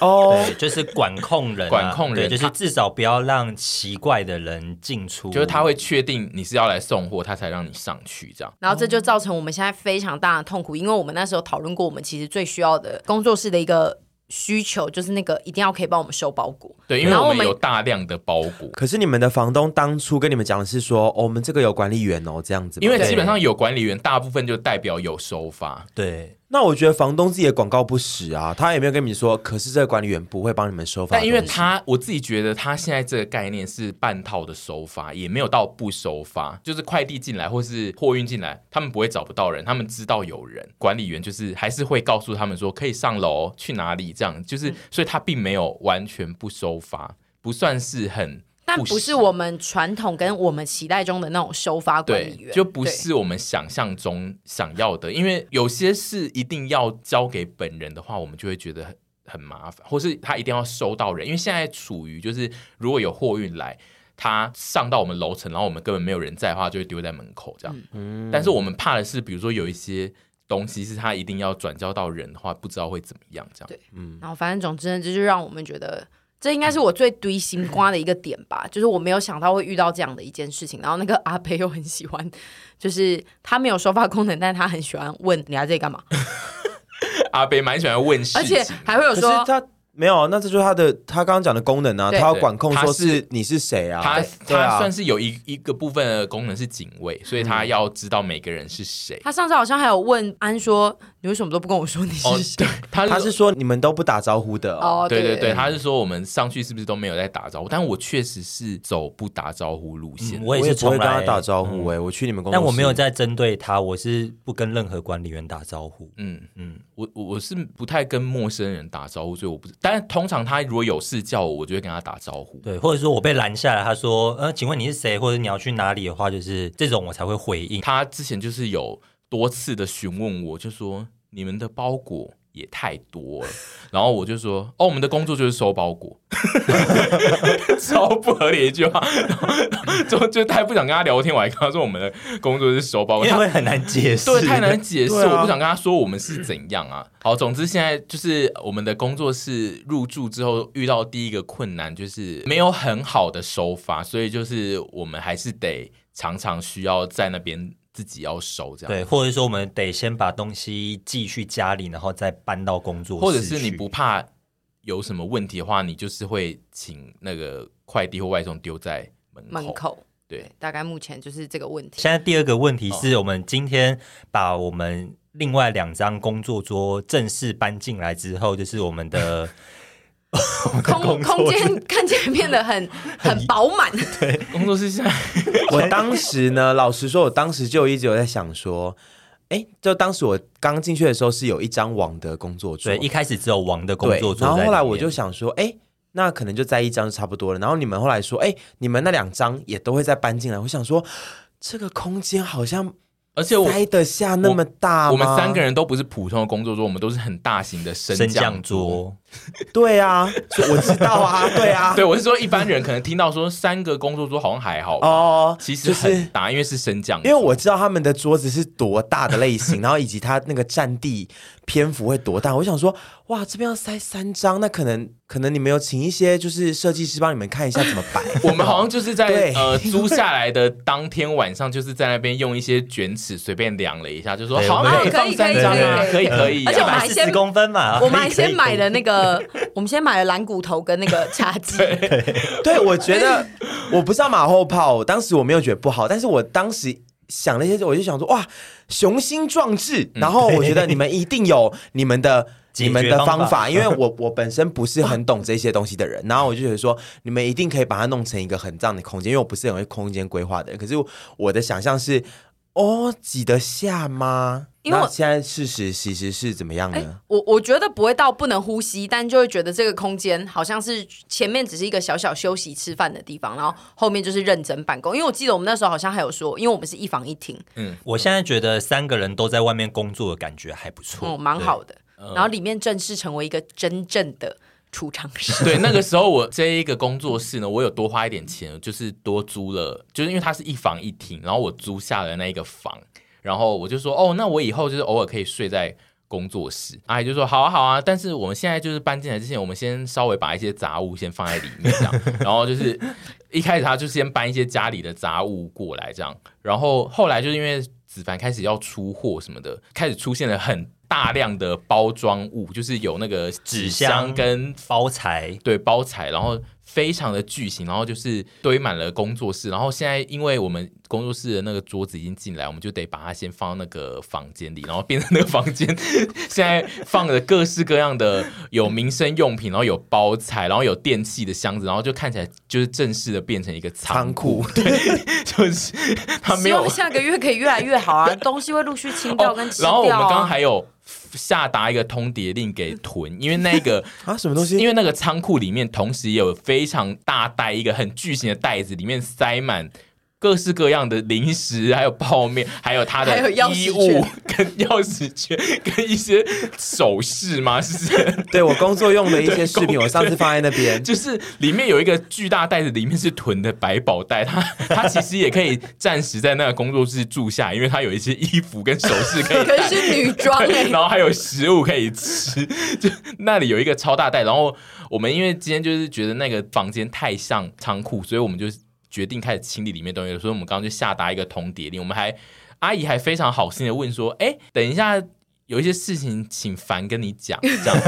哦
对，就是管控人啊、
管控人
对就是
他
至少不要让奇怪的人进出，
就是他会确定你是要来送货，他才让你上去这样。
然后这就造成我们现在非常大的痛苦，因为我们那时候讨论过，我们其实最需要的工作室的一个需求就是那个一定要可以帮我们收包裹。
对，因为
然后
我
我
们
们
有大量的包裹，
可是你们的房东当初跟你们讲的是说，哦我们这个有管理员哦，这样子吗。
因为
对
基本上有管理员，大部分就代表有收发。
对。
那我觉得房东自己的广告不实啊，他也没有跟你们说，可是这个管理员不会帮你们收发东
但
西。
因为他，我自己觉得他现在这个概念是半套的收发，也没有到不收发，就是快递进来或是货运进来，他们不会找不到人，他们知道有人，管理员就是还是会告诉他们说可以上楼去哪里，这样
嗯
就是，所以他并没有完全不收发，不算是很，
但不是我们传统跟我们期待中的那种收发管
对
理员，，
就不是我们想象中想要的，因为有些事一定要交给本人的话，我们就会觉得很很麻烦，或是他一定要收到人，因为现在处于就是如果有货运来。他上到我们楼层，然后我们根本没有人在的话，就会丢在门口这样。
嗯
嗯但是我们怕的是，比如说有一些东西是他一定要转交到人的话，不知道会怎么样这样。
对对。然后反正总之呢，这就让我们觉得。这应该是我最堆心瓜的一个点吧，就是我没有想到会遇到这样的一件事情。然后那个阿北又很喜欢，就是他没有收发功能，但他很喜欢问你来这里干嘛，
阿北蛮喜欢问事情，
而且还会有
可是
说
他没有，啊那这就是他的他刚刚讲的功能啊，他
对
要管控
对
说
他是
是你是谁啊，
他
对
他
啊嗯
算，是有一一个部分的功能是警卫，所以他要知道每个人是谁。
他上次好像还有问安说，你为什么都不跟我说你是
哦，
谁？
对，他
他是说你们都不打招呼的哦。
哦，
对
对
对对，
嗯
他是说我们上去是不是都没有在打招呼？但我确实是走不打招呼路线
嗯。我也
也
是
不会
从
跟他
来
打招呼哎、我去你们公司，
但我没有在针对他，我是不跟任何管理员打招呼。
嗯嗯
嗯，
我我我是不太跟陌生人打招呼，所以我不。但是通常他如果有事叫我，我就会跟他打招呼。
对，或者说我被拦下来，他说：“呃，请问你是谁，或者你要去哪里的话，就是这种我才会回应。
他之前就是有多次的询问我，就说你们的包裹也太多了，然后我就说哦，我们的工作就是收包裹， 超不合理的一句话， 然后就就太不想跟他聊天，我还跟他说我们的工作是收包”裹，
因
哦他
为很难解释，
对，太难解释，
对啊
我不想跟他说我们是怎样啊。好，总之现在就是我们的工作室入住之后遇到第一个困难就是没有很好的收发，所以就是我们还是得常常需要在那边自己要收这样。
对，或者说我们得先把东西寄去家里，然后再搬到工作室去，
或者是你不怕有什么问题的话，你就是会请那个快递或外送丢在门口。
门口，
对，
大概目前就是这个问题。
现在第二个问题
嗯
是我们今天把我们另外两张工作桌正式搬进来之后，就是我 们的
空空间看起来变得很很饱满，
工作室现在
我当时呢，老实说，我当时就一直有在想说，哎，就当时我刚进去的时候是有一张网的工作桌，
对，一开始只有王的工
对，
作桌在
然
里面，
后后来我就想说，哎，那可能就在一张就差不多了。然后你们后来说，哎，你们那两张也都会再搬进来。我想说，这个空间好像
而且我。
塞得下那么大吗
我们三个人都不是普通的工作桌，我们都是很大型的升
升
降
降。桌，
对啊，所以我知道啊， 对啊，
对，我是说一般人可能听到说三个工作桌好像还好，
哦，
其实
就是
很大，因为是升降桌。
因为我知道他们的桌子是多大的类 型，然后以及它那个占地篇幅会多大。我想说，哇，这边要塞三张，那可能可能你们有请一些就是设计师帮你们看一下怎么摆。
我们好像就是在
对
呃租下来的当天晚上，就是在那边用一些卷尺随便量了一下，就说
对
好，
我们
那
可
放
以
三
可以
张啊，可
可
以可以啊。
而且我们还
四
先
十公分嘛，
我们还
啊可以可
先
以
买了那个，我们先买了蓝骨头跟那个茶几，
对，我觉得我不知道马后炮，当时我没有觉得不好，但是我当时。想了一些，我就想说，哇，雄心壮志。
嗯
然后我觉得你们一定有你们的、
解
你
决
们的方
方
法，
法
因为我 我本身不是很懂这些东西的人。然后我就觉得说，你们一定可以把它弄成一个很脏的空间，因为我不是很会空间规划的人。可是我的想象是，哦，挤得下吗？
因为我
那现在事实其实是怎么样
哎
呢？，
我我觉得不会到不能呼吸，但就会觉得这个空间好像是前面只是一个小小休息吃饭的地方，然后后面就是认真办公。因为我记得我们那时候好像还有说，因为我们是一房一厅，
我现在觉得三个人都在外
哦
面工作的感觉还不错，
嗯，蛮好的。然后里面正式成为一个真正的储藏室。
对，那个时候我这一个工作室呢，我有多花一点钱，就是多租了，就是因为它是一房一厅，然后我租下了那一个房，然后我就说，哦，那我以后就是偶尔可以睡在工作室。阿姨就说，好啊好啊，但是我们现在就是搬进来之前，我们先稍微把一些杂物先放在里面，这样，然后就是 一开始他就先搬一些家里的杂物过来，这样，然后后来就是因为子凡开始要出货什么的，开始出现了很。大量的包装物，就是有那个纸
纸
箱
箱
跟
包材
对包材，然后非常的巨型，然后就是堆满了工作室。然后现在因为我们工作室的那个桌子已经进来，我们就得把它先放到那个房间里，然后变成那个房间 现在放了各式各样的有民生用品，然后有包材，然后有电器的箱子，然后就看起来就是正式的变成一个仓
仓
库
库，
对， 就是它没
希
有哦
望下个月可以越来越好啊，东西会陆续清 掉跟吃
然
掉、啊
后我们刚刚还有下达一个通牒令给屯，因为那 个
啊什么东西
因为那个仓库里面同时也有非常大袋一个很巨型的袋子，里面塞满。各式各样的零食，还有泡面，还有他
还有
的
钥匙
衣
圈
物跟钥匙圈，跟一些首饰吗？是不是？
对我工作用的一些饰
对
品，
工
我上次放在那边。
就是里面有一个巨大袋子，里面是囤的百宝袋，它它其实也可以暂时在那个工作室住下，因为它有一些衣服跟首饰可以
可
带
是是 女装哎、
对，然后还有食物可以吃，就 那里有一个超大袋。然后我们因为今天就是觉得那个房间太像仓库，所以我们就决定开始清理里面东西。所以我们刚刚就下达一个通牒令，我们还阿姨还非常好心的问说：“哎，等一下。”有一些事情，请凡跟你 讲，这样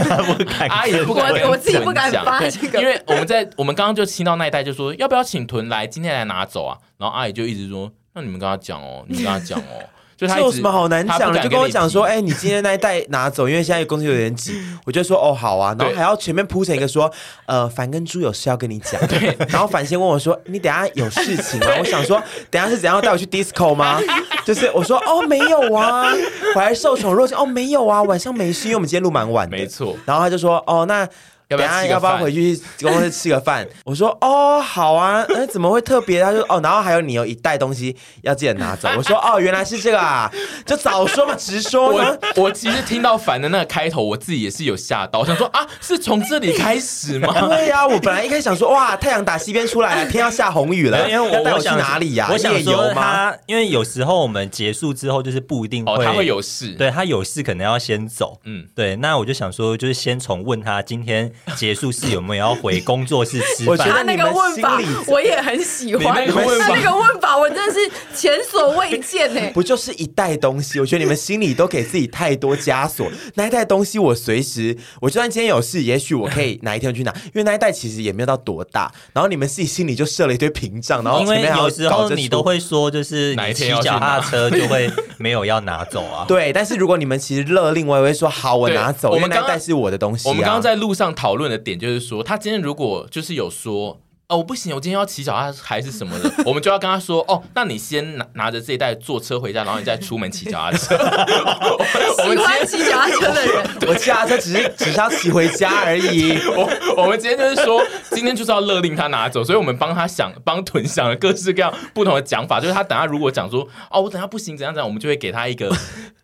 阿姨不敢跟
我我自己
屯
不敢
讲
发
对
这个
因为我们在我们刚刚就听到那一代就说要不要请屯来今天来拿走啊，然后阿姨就一直说，那你们跟他讲哦，你们跟他讲哦，就他
这
一
有
直
什么好难
他不
讲的？
敢
就跟我
你
讲
提
说，哎、你今天那一袋拿走，因为现在工作有点紧，我就说哦好啊，然后
对
还要前面铺成一个说，呃，凡跟猪有事要跟你讲，对，然后凡先问我说，你等一下有事情吗？我想说，等一下是怎样要带我去 disco 吗？就是我说哦没有啊，我还受宠若惊，哦没有啊，晚上没事，因为我们今天录蛮晚的，
没错
然后他就说哦那。
要不
等
要
一下
吃个
要不要
饭
回去公司吃个饭？ 我说哦，好啊，那、怎么会特别？他就哦，然后还有你有一袋东西要记得拿走。 我说哦，原来是这个啊，就早说嘛，直说嘛
我。我其实听到凡的那个开头，我自己也是有吓到，我想说啊，是从这里开 始吗？
对啊呀、我本来一开始想说，哇，太阳打西边出来了，天要下红雨了，
没有因为
要
我
带
我
去
想
哪里呀、
我想
夜
说
游吗？
他，因为有时候我们结束之后就是不一定
哦，他会有事，
对他有事可能要先走，
嗯
嗯，对。那我就想说，就是先从问他今天结束是有没有要回工作室吃
我觉得
饭。
他那个问法
你们心里
我也很喜欢，
你那个问法
他那个问法我真的是前所未见哎、
不就是一袋东西？我觉得你们心里都给自己太多枷锁。 那一袋东西，我随时，我就算今天有事，也许我可以哪一天去拿，因为那一袋其实也没有到多大。然后你们自己心里就设了一堆屏
嗯
障，然后
因为
前面还要
有时
搞
候
着
你
出。
都会说，就是
哪一
你骑
天要去
脚
拿
踏车就会没有要拿走啊
对，但是如果你们其实勒令，我也会说好，我
对
拿走，
我
因为
们
那
刚
一
刚
袋是我的东西、啊。
我们刚刚在路上讨论的点就是说，他今天如果就是有说。哦，我不行，我今天要骑脚踏还是什么的，我们就要跟他说，哦，那你先拿拿着这一袋坐车回家，然后你再出门骑脚踏车。 我
喜
们今
欢
天
骑脚踏车的人，
我骑他车只是只是要骑回家而已。
我我们今天就是说，今天就是要勒令他拿走，所以我们帮他想，帮屯想了各式各样不同的讲法，就是他等下如果讲说，哦，我等下不行，怎样怎样，我们就会给他一个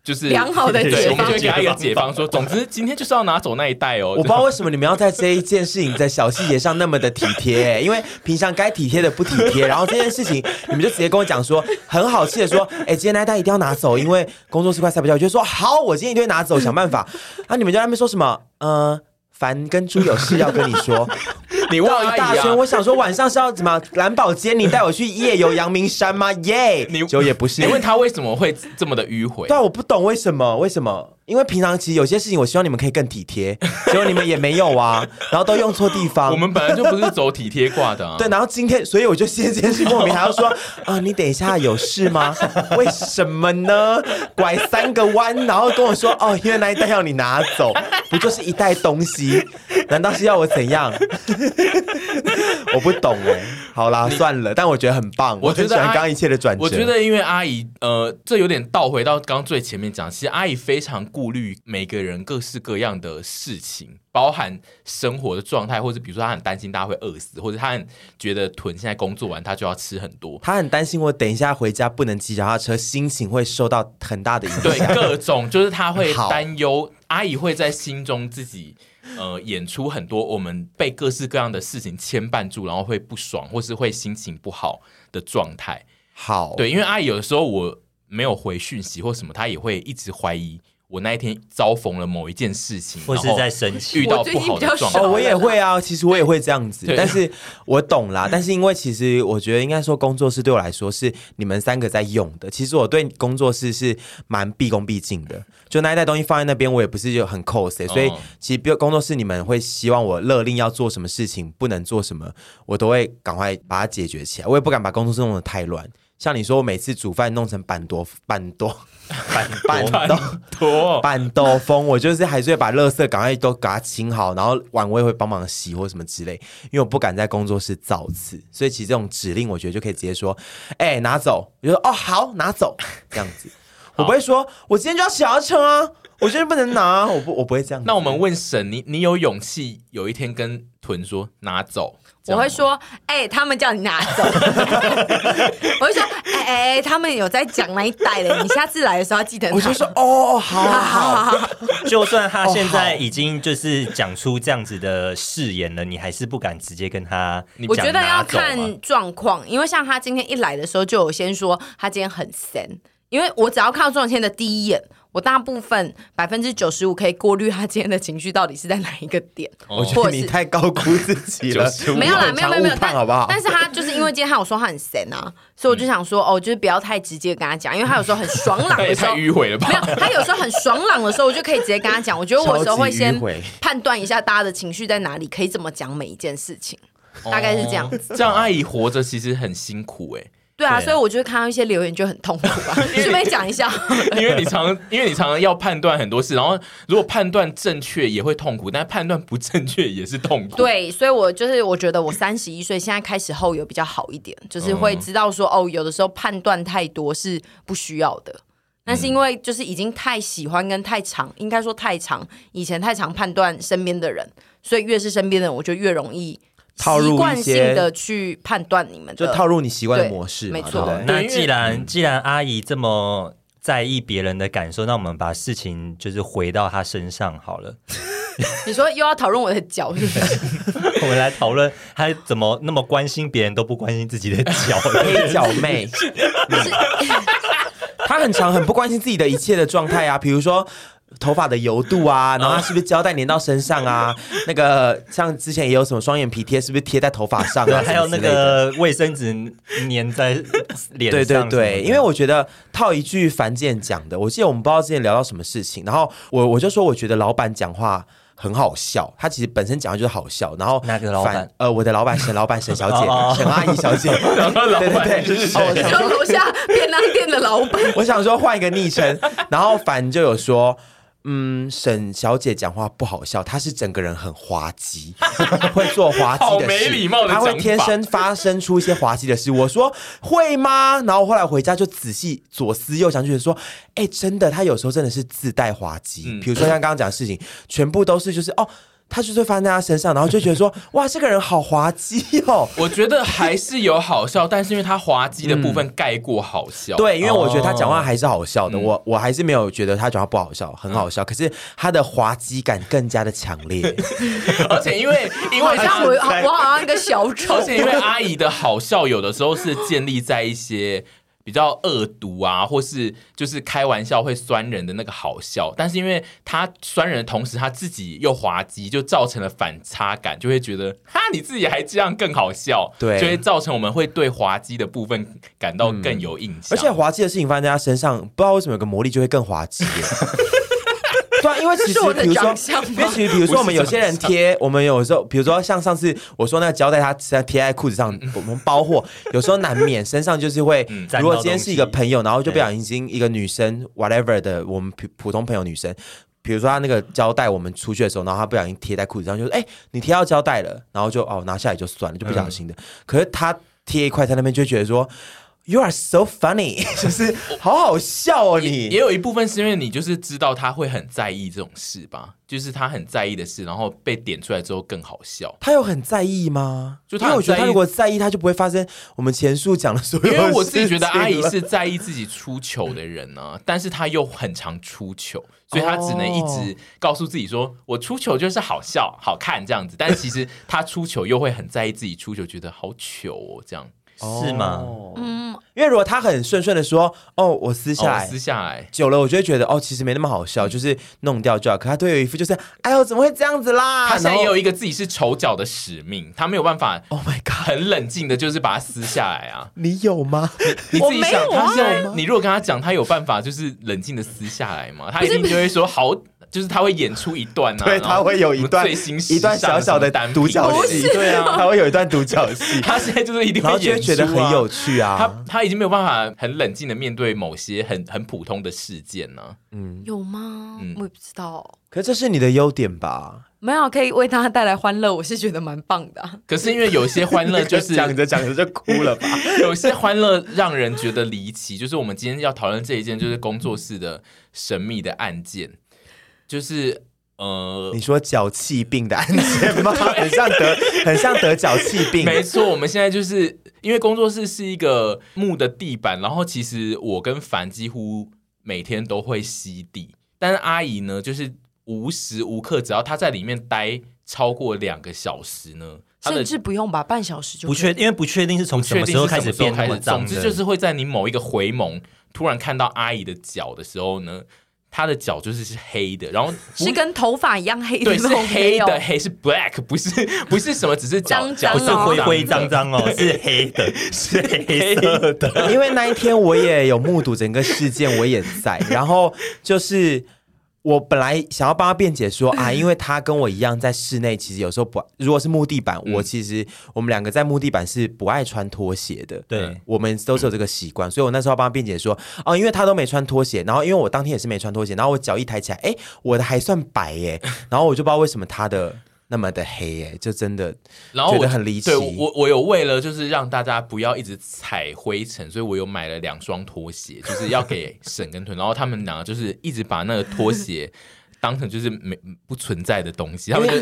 就是
良好的
对，
解
我们
放
就会给他一个解放，说，总之今天就是要拿走那一袋哦。
我不知道为什么你们要在这一件事情在小细节上那么的体贴，因为平常该体贴的不体贴，然后这件事情你们就直接跟我讲说，很好气的说，哎、今天那一袋一定要拿走，因为工作室快塞不下，我就说好，我今天一定会拿走，想办法。啊，你们就在那边说什么？呃，凡跟猪有事要跟你 说，
你
绕
忘
一
了
大
大
圈。
轩，
我想说晚上是要怎么蓝宝坚尼带我去夜游阳明山吗？耶、
你
就也不是，
你问他为什么会这么的迂回
对？啊，我不懂为什么，为什么？因为平常其实有些事情，我希望你们可以更体贴， 结果你们也没有啊，然后都用错地方。
我们本来就不是走体贴挂的啊。
啊对，然后今天，所以我就先先去莫名还要 说啊，你等一下有事吗？为什么呢？拐三个弯，然后跟我说哦，因为那一袋要你拿走，不就是一袋东西？难道是要我怎 样？我不懂哎、好啦，算了，但我觉得很棒，
我
我
觉
很喜
得
欢
阿
刚刚一切的转折。
我觉得，因为阿姨，呃，这有点倒回到刚刚最前面讲，其实阿姨非常顾虑每个人各式各样的事情，包含生活的状态，或者比如说她很担心大家会饿死，或者她很觉得屯现在工作完，她就要吃很多，
他很担心我等一下回家不能骑脚踏车，心情会受到 很大的影响。
对各种，就是她会
好
担忧，阿姨会在心中自己呃演出很多我们被各式各样的事情牵绊住，然后会不爽或是会心情不好的状态。
好，
对，因为阿姨有的时候我没有回讯息或什么，她也会一直怀疑我那一天遭逢了某一件事情，
或是
然后
在生气
遇到
我最
不
近
好
比
的
较
状
少
态
了。
哦，我也会啊，其实我也会这样子
对，
但是我懂啦。但是因为其实我觉得应该说工作室对我来说是你们三个在用的，其实我对工作室是蛮毕恭毕敬的。就那一袋东西放在那边，我也不是就很 cos，、欸、所以
嗯
其实比如工作室你们会希望我勒令要做什么事情，不能做什么，我都会赶快把它解决起来。我也不敢把工作室弄得太乱。像你说，我每次煮饭弄成板多板 多
反
板豆
多
板豆风，我就是还是会把垃圾赶快都给它清好，然后碗我也会帮忙洗或什么之类，因为我不敢在工作室造次，所以其实这种指令我觉得就可以直接说，哎、拿走， 我就说哦好拿走这样子，我不会说我今天就要洗要车啊，我就是不能拿啊，我不我不会这样子。
那我们问神，你你有勇气有一天跟屯说拿走？这
我
样吗
会说，哎、他们叫你拿走。 我会说，哎、哎、哎他们有在讲那一带嘞，你下次来的时候要记得拿。
我就说哦哦好好好，
就算他现在已经就是讲出这样子的誓言了，你还是不敢直接跟他
你
讲拿走吗。啊
我觉得要看状况，因为像他今天一来的时候就有先说他今天很闲，因为我只要看到中天的第一眼，我大部分百分之九十五可以过滤他今天的情绪到底是在哪一个点，
哦
我觉得你太高估自己 了
95，
没有啦，
你很
没有
常
没有没有，
误判
但
好不嗯好？
但是他就是因为今天他有说他很闲啊，所以我就想说，哦，就是不要太直接跟他讲，因为他有时候很爽朗
那也
的时
太
候，
迂回了吧
没？有，他有时候很爽朗的时候，我就可以直接跟他讲。我觉得我有时候会
超级
先
迂回
判断一下大家的情绪在哪里，可以怎么讲每一件事情，
哦
大概是这样子。
哦这样阿姨活着其实很辛苦哎、
对啊，
对啊
所以我就看到一些留言就很痛苦 啊。顺便讲一下，
因为你常，因为你常常要判断很多事，然后如果判断正确也会痛苦，但判断不正确也是痛苦。，
对，所以我就是我觉得我三十一岁现在开始后有比较好一点，就是会知道说哦，有的时候判断太多是不需要的。那是因为就是已经太喜欢跟太长，应该说太长，以前太常判断身边的人，所以越是身边的人，我就越容易
套入一
习惯性
些
的去判断你们的
就套入你习惯的
对
模式嘛，
没
对
错
不
好
对？
那
对因为
既然既然阿姨这么在意别人的感受，那我们把事情就是回到她身上好 了。
你说又要讨论我的脚是不是？
我们来讨论她怎么那么关心别人都不关心自己的 脚
黑脚 妹，她很常很不关心自己的一切的状态啊，比如说。头发的油度
嗯
啊，然后她是不是胶带粘到身上 啊？那个像之前也有什么双眼皮贴，是不是贴在头发上
对
啊？
还有
什么
那
之类的，
个卫生纸粘在脸
对对
上 什么的，
对，因为我觉得套一句樊建讲的，我记得我们不知道之前聊到什么事情，然后我我就说我觉得老板讲话很好笑，他其实本身讲话就是好笑，然后
哪个老板
反？呃，我的老板沈老板沈小姐
哦哦哦，
沈阿姨小姐，对对对，
是谁
哦 我想
就楼下便当店的老板，
我想说换一个昵称，然后反就有说。嗯，沈小姐讲话不好笑，她是整个人很滑稽， 会做滑稽
好
的事，
没礼貌的
她会
讲法
天生发生出一些滑稽的事。我说会吗？然后后来回家就仔细左思右想，就觉得说，哎、真的，她有时候真的是自带滑稽。
嗯
比如说像刚刚讲的事情，全部都是就是哦，她就是会发生在她身上，然后就觉得 说，哇，这个人好滑稽哦。
我觉得还是有好笑，但是因为它滑稽的部分盖过好笑。
对，因为我觉得他
哦
讲话还是好笑
嗯
的，我我还是没有觉得他讲话不好笑，很好笑。可是他的滑稽感更加的强 烈。
而且因为因
好
为
像我我好像一个小 丑
而。且因为阿姨的好笑，有的时候是建立在一些比较恶毒啊，或是就是开玩笑会酸人的那个好笑，但是因为她酸人的同时，她自己又滑稽，就造成了反差感，就会觉得 哈你自己还这样更好笑，
对
就会造成我们会对滑稽的部分感到更有印象。
嗯而且滑稽的事情发生在他身上，不知道为什么有个魔力就会更滑稽 耶。对啊，因为其实
是我的
比如说
长相吗，
因为其实比如说我们有些人贴，我们有时候比如说像上次我说那个胶带，它贴在贴在裤子上，
嗯
我们包货，有时候难免身上就是会，
沾
如果
到
今天是一个
东西
朋友，然后就不小心一个女生 whatever 的，我们普普通朋友女生。比如说她那个胶带，我们出去的时候，然后她不小心贴在裤子上，就说：“哎、你贴到胶
嗯
带了。”然后就哦拿下来就算了，就不小心的。可是她贴一块在那边，就会觉得说：“ You are so funny，就是 好好笑哦
也也
你。
有一部分是因为你就是知道他会很在意这种事吧，就是他很在意的事，然后被点出来之后更好笑。
他有很在意吗？
就
因为
他
我
很
觉得
在
他
意
如果在意，他就不会发生我们前述讲的所有
因
的
为我自己
事
觉得
情
阿姨
了
是在意自己出糗的人呢、但是她又很常出糗，所以她只能一直
哦
告诉自己说，我出糗就是好笑、好看这样子。但其实她出糗又会很在意自己出糗，觉得好糗哦这样。
是吗？
哦因为如果他很顺顺的说，哦，我撕下
哦
来，
撕下来，
久了，我就会觉得哦，其实没那么好
嗯
笑，就是弄掉就好。可他对有一副就是，哎呦，怎么会这样子啦？
她现在
然后
也有一个自己是丑角的使命，她没有办法
Oh my god，
很冷静的，就是把它撕下来啊。
你有吗？
你自己想，
我没有啊
他现在你如果跟他讲，他有办法就是冷静的撕下来吗？他一定就会说好，就是他会演出一段啊，
对，
然后
他会有一段
最新时
一段
尚
小小的
什么单品
独角
不
戏，
是
对啊，
他会有一段独角戏，
他现在就是一定
然
会
后就
演
会
出
觉
啊
得很有。趣啊
他。他已经没有办法很冷静的面对某些很很普通的事件呢、
有吗？
嗯
我也不知道，
可这是你的优点吧？
没有啊可以为大家带来欢乐，我是觉得蛮棒的啊、
可是因为有些欢 乐就是
讲着讲着就哭了 吧？
有些欢乐让人觉得离奇，就是我们今天要讨论这一件，就是工作室的神秘的案件，就是呃
你，说脚气病的案件 吗？很像得，很像得脚气病。
没错，我们现在就是因为工作室是一个木的地板，然后其实我跟凡几乎每天都会吸地，但是阿姨呢，就是无时无刻，只要她在里面待超过两个小时呢，她的
甚至不用吧，半小时就
不
可以
确，因为不确定是从
不
什
确
么
定是
时候开
什
始
么
变
时候
那
开
么
始，
脏
总
的。
之就是会在你某一个回眸突然看到阿姨的脚的时候呢，她的脚就是是黑的，然后不
是跟头发一样黑的
对
那
是
种
黑
哦
的黑是 black，不是不是什么，只是脚
脏
脚
脏
不是
哦
灰灰脏脏哦，是黑的， 是黑 色的。
因为那一天我也有目睹整个事件，我也在。然后就是我本来想要帮他辩解说啊，因为他跟我一样在室内，其实有时候不，如果是木地板，我其实我们两个在木地板是不爱穿拖鞋的。
对
我们都是有这个习惯，所以我那时候帮他辩解说，哦，因为他都没穿拖鞋，然后因为我当天也是没穿拖鞋，然后我脚一抬起来，哎，我的还算白耶，然后我就不知道为什么他的那么的黑耶，就真的
然后我
觉得很离奇
对我，我有为了就是让大家不要一直踩灰尘，所以我有买了两双拖鞋，就是 要给沈跟屯。然后他们俩就是一直把那个拖鞋当成就是没不存在的东西，他们就，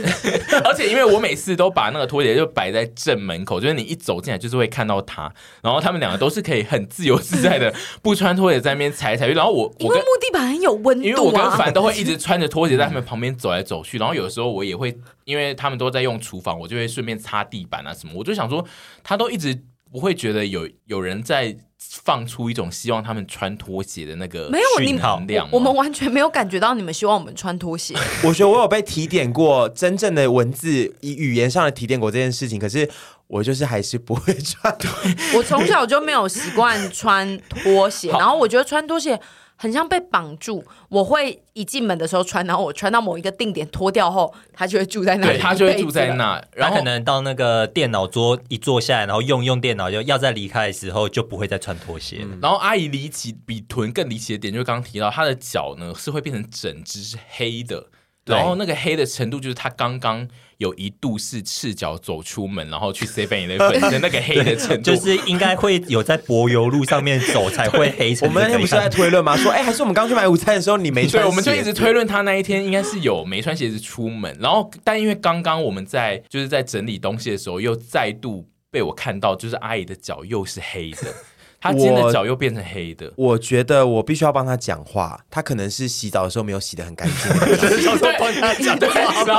而且因为我每次都把那个拖鞋就摆在正门口，就是你一走进来就是会看到它。然后他们两个都是可以很自由自在的不穿拖鞋在那边踩来踩去。然后我
因
我
为
跟
木地板很有温
因为
度
我跟
啊。
凡都会一直穿着拖鞋在他们旁边走来走去，然后有时候我也会，因为他们都在用厨房，我就会顺便擦地板啊什么。我就想说，他都一直不会觉得有有人在放出一种希望他们穿拖鞋的那个
没有你
讯号量吗
我们完全没有感觉到你们希望我们穿拖鞋，
我觉得我有被提点过真正的文字以语言上的提点过这件事情，可是我就是还是不会穿。
我从小就没有习惯穿拖鞋，
好
然后我觉得穿拖鞋很像被绑住。我会一进门的时候穿，然后我穿到某一个定点脱掉后，它就会住在那
对
里，啊
他就会住在。那，然
然
后
后可能到那个电脑桌一坐下来，然后用用电脑就要再离开的时候，就不会再穿拖鞋
嗯
了。
然后阿姨离奇比臀更离奇的点，就是刚刚提到她的脚呢是会变成整只是黑的，
对
然后那个黑的程度就是她刚刚有一度是赤脚走出门，然后去 Seven Eleven 的那个黑的
嗯
程度，
就是应该会有在柏油路上面走才 会黑成
我们那
这
天
个
不是在
样子
推论吗？说，哎、还是我们刚去买午餐的时候你没穿
对，
鞋
我们就一直推论他那一天应该是有没穿鞋子出门，然后但因为刚刚我们在就是在整理东西的时候，又再度被我看到，就是阿姨的脚又是黑 的，她今天的脚又变成黑的。
我觉得我必须要帮他讲话，他可能是洗澡的时候没有洗的很干净。
对，然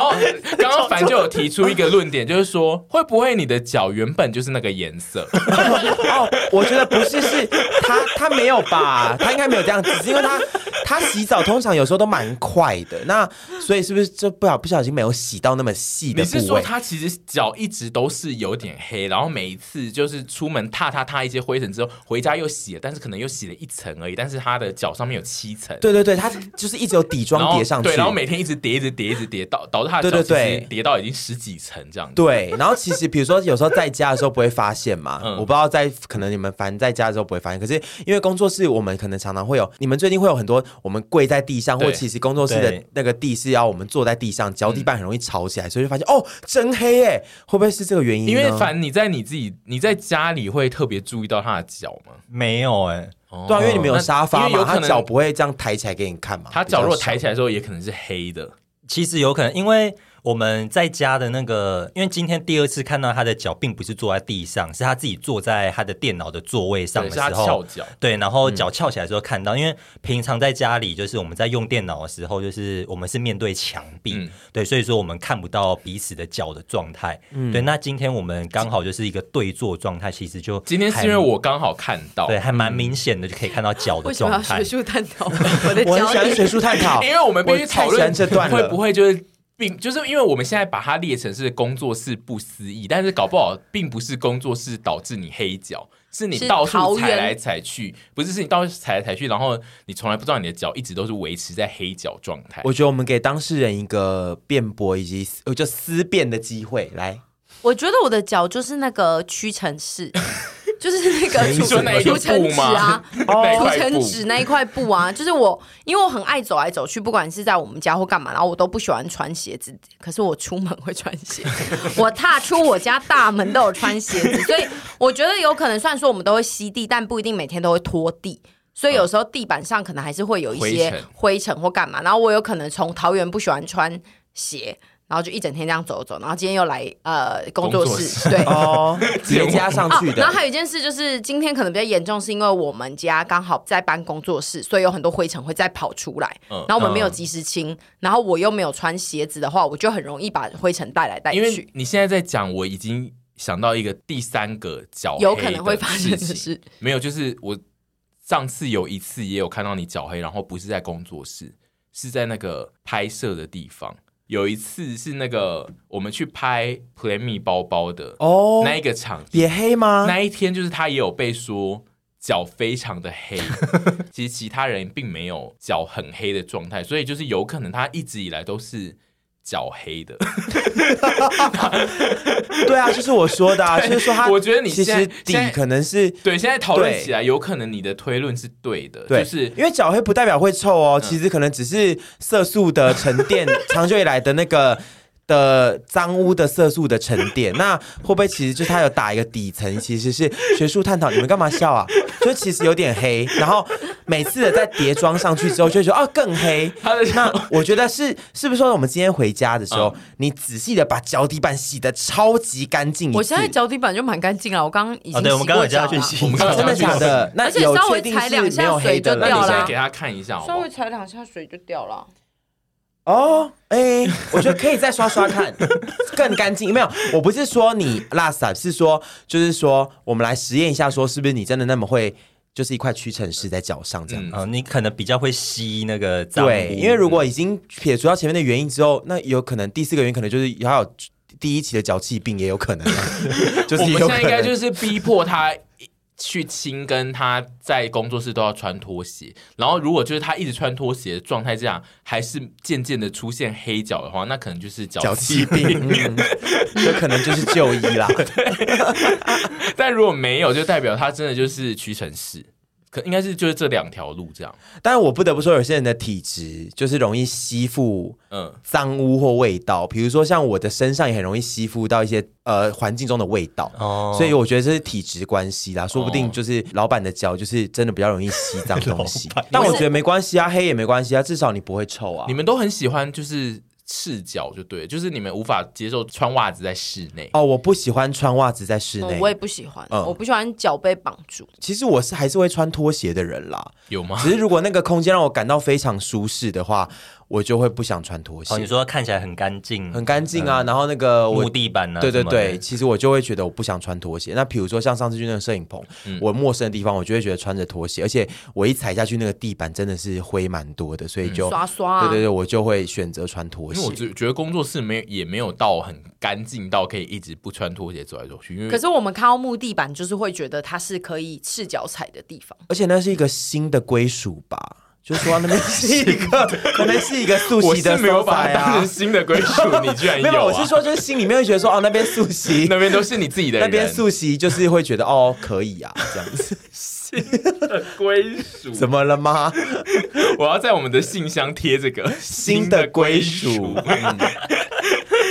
后刚刚凡就有提出一个论点，就是说会不会你的脚原本就是那个颜 色？
哦，我觉得不是，是他他没有吧？他应该没有这样子，只是因为他他洗澡通常有时候都蛮快的，那所以是不是就不小不小心没有洗到那么细的
你
部位？
是说他其实脚一直都是有点黑，然后每一次就是出门踏踏踏一些灰尘之后，回家又洗了，但是可能又洗了一层而已，但是他的脚上面有七层。
对对对，他就是一直有底
然
妆
后
叠上去，
对，然后每天一直叠，一直叠，一直叠，导导致他的
对
脚
对
其
对
实叠到已经十几层这样子。
对，然后其实比如说有时候在家的时候不会发现嘛，
嗯
我不知道在可能你们反正在家的时候不会发现，可是因为工作室我们可能常常会有，你们最近会有很多我们跪在地上，
对
或其实工作室的
对
那个地是要我们坐在地上，脚底板很容易吵起来，所以就发现哦，真黑耶，会不会是这个原因呢？
因为反正你在你自己你在家里会特别注意到他的脚吗？
没有哎、
对啊，因为你们有沙发
因为
嘛，
有可
他脚
能
不会这样抬起来给你看嘛。
他脚如
比较
果
小
抬起来的时候，也可能是黑的。
其实有可能，因为我们在家的那个，因为今天第二次看到他的脚，并不是坐在地上，是他自己坐在他的电脑的座位上
对，
的
是他
时
翘
候。
脚。
对，然后脚翘起来的时候看到，因为平常在家里就是我们在用电脑的时候，就是我们是面对墙壁，
嗯
对，所以说我们看不到彼此的脚的状态。对，那今天我们刚好就是一个对坐状态，其实就
今天是因为我刚好看到，
还对还蛮明显的，就可以看到脚的
为什么要
状态
学。术探讨 我的
我很
脚
喜欢
底？
学术探讨，
因为我们必须
我
讨
太喜
论
欢这段了
会不会就是并就是因为我们现在把它列成是工作室不思议，但是搞不好并不是工作室导致你黑脚，是你
是
到处
桃
踩
园
来踩去，不是是你到处踩来踩去，然后你从来不知道你的脚一直都是维持在黑脚状态。
我觉得我们给当事人一个辩驳以及呃就思辨的机会，来，
我觉得我的脚就是那个屈臣氏， 就是那个
你说那一个
除尘
布
纸啊
吗？。 那一
除
块
尘
布
纸那一块布啊，就是我，因为我很爱走来走去，不管是在我们家或干嘛，然后我都不喜欢穿鞋子，可是我出门会穿鞋， 我踏出我家大门都有穿鞋子，所以我觉得有可能，虽然说我们都会吸地，但不一定每天都会拖地。所以有时候地板上可能还是会有一
灰
些
尘
灰尘或干嘛，然后我有可能从桃园不喜欢穿鞋，然后就一整天这样走走，然后今天又来呃工作
工作
室，对，啊
哦，直接加上去
然
的
后。还有一件事就是，今天可能比较严重，是因为我们家刚好在搬工作室，所以有很多灰尘会再跑出来。
嗯
然后我们没有及时清，然后我又没有穿鞋子的话，我就很容易把灰尘带来带
因
去
为，你现在在讲，我已经想到一个第三个脚黑
有可能会
的
发生的
事情
事。
没有，就是我上次有一次也有看到你脚黑，然后不是在工作室，是在那个拍摄的地方。有一次是那个我们去拍 Play Me 包包的
哦啊
那一个场地，
也黑吗？
那一天就是他也有被说脚非常的 黑，其实其他人并没有脚很黑的状态，所以就是有可能他一直以来都是脚 黑的。
对啊，就是我说的， 啊，就是说他，
我觉得你
其
现在
实底
现在
可能是
对，现在讨论
对
起来，有可能你的推论是对的，
对，
就是嗯
因为脚黑不代表会臭哦，其实可能只是色素的沉 淀，长久以来的那个。的脏污的色素的沉淀，那会不会其实就是它有打一个底层，其实是学术探讨？你们干嘛笑 啊？就其实有点黑，然后每次的在叠装上去之后，就会觉得哦更黑。
他的
那我觉得是是不是说我们今天回家的时
嗯
候，你仔细的把脚底板洗的超级干净一次？
我现在脚底板就蛮干净了，我刚刚已
哦，
经
对，我们
洗
刚
过
刚
脚了
加去，洗
们
脚
刚刚
真的
有去洗
假的？那
而且
有
稍
确
微
定
踩
是
两
没有
下
黑
水
的
就
了
那你
掉
吗
现在
啦
给他看一下好不
稍
好
微？踩两下水就掉了。
哦，哎、我觉得可以再刷刷看， 更干净。没有，我不是说你拉萨，是说就是说，我们来实验一下，说是不是你真的那么会，就是一块屈臣氏在脚上这样。
嗯
嗯，你可能比较会吸那个脏污
对，因为如果已经撇除掉前面的原因之后，那有可能第四个原因可能就是还有第一期的脚气病也有可能啊， 就是
我们
也
现
有可
在应该
能。
就是逼迫他去亲，跟他在工作室都要穿拖鞋。然后如果就是他一直穿拖鞋的状态这样，还是渐渐的出现黑脚的话，那可能就是脚
脚
气
气。病， 嗯，这可能就是就医啦。
但如果没有，就代表他真的就是屈臣氏。可应该是就是这两条路这样，
但是我不得不说，有些人的体质就是容易吸附
嗯，
脏污或味道，比如说像我的身上也很容易吸附到一些呃环境中的味道。
哦，
所以我觉得这是体质关系啦，说不定就是老板的脚就是真的比较容易吸脏东西
老板，
但我觉得没关系啊，黑也没关系啊，至少你不会臭啊
你。们都很喜欢就是赤脚就对了，就是你们无法接受穿袜子在室内。
哦，我不喜欢穿袜子在室
哦
内
我，也不喜欢，
嗯
我不喜欢脚被绑住。
其实我是还是会穿拖鞋的人啦，
有吗？
只是如果那个空间让我感到非常舒适的话，我就会不想穿拖
哦，你
鞋，
说看起来很干净，
很干净啊，然后那个我
木地板呢、啊？
对对
什么的
对，，其实我就会觉得我不想穿拖鞋。那比如说像上次去那个摄影棚，
嗯
我陌生的地方，我就会觉得穿着拖鞋，而且我一踩下去那个地板真的是灰蛮多的，所以就、
刷刷啊
对对对，我就会选择穿拖
嗯因为我
鞋。
觉觉得工作室没有也没有到很干净到可以一直不穿拖鞋走来走去，因为
可是我们看到木地板，就是会觉得它是可以赤脚踩的地方。
而且那是一个新的归属吧，就说那边是一个，可能是一个素
我
习的
是没有把它
sofa
当成
呀。
新的 归属，你居然
没有，
有
我是
啊？
说，就是心里面会觉得说，哦，那边素习，
那边都是你自己的
那
人，
边素习，就是 会觉得，哦，可以啊，这样 子，
归属。
怎么了吗？
我要在我们的信箱贴这个
新的归属。嗯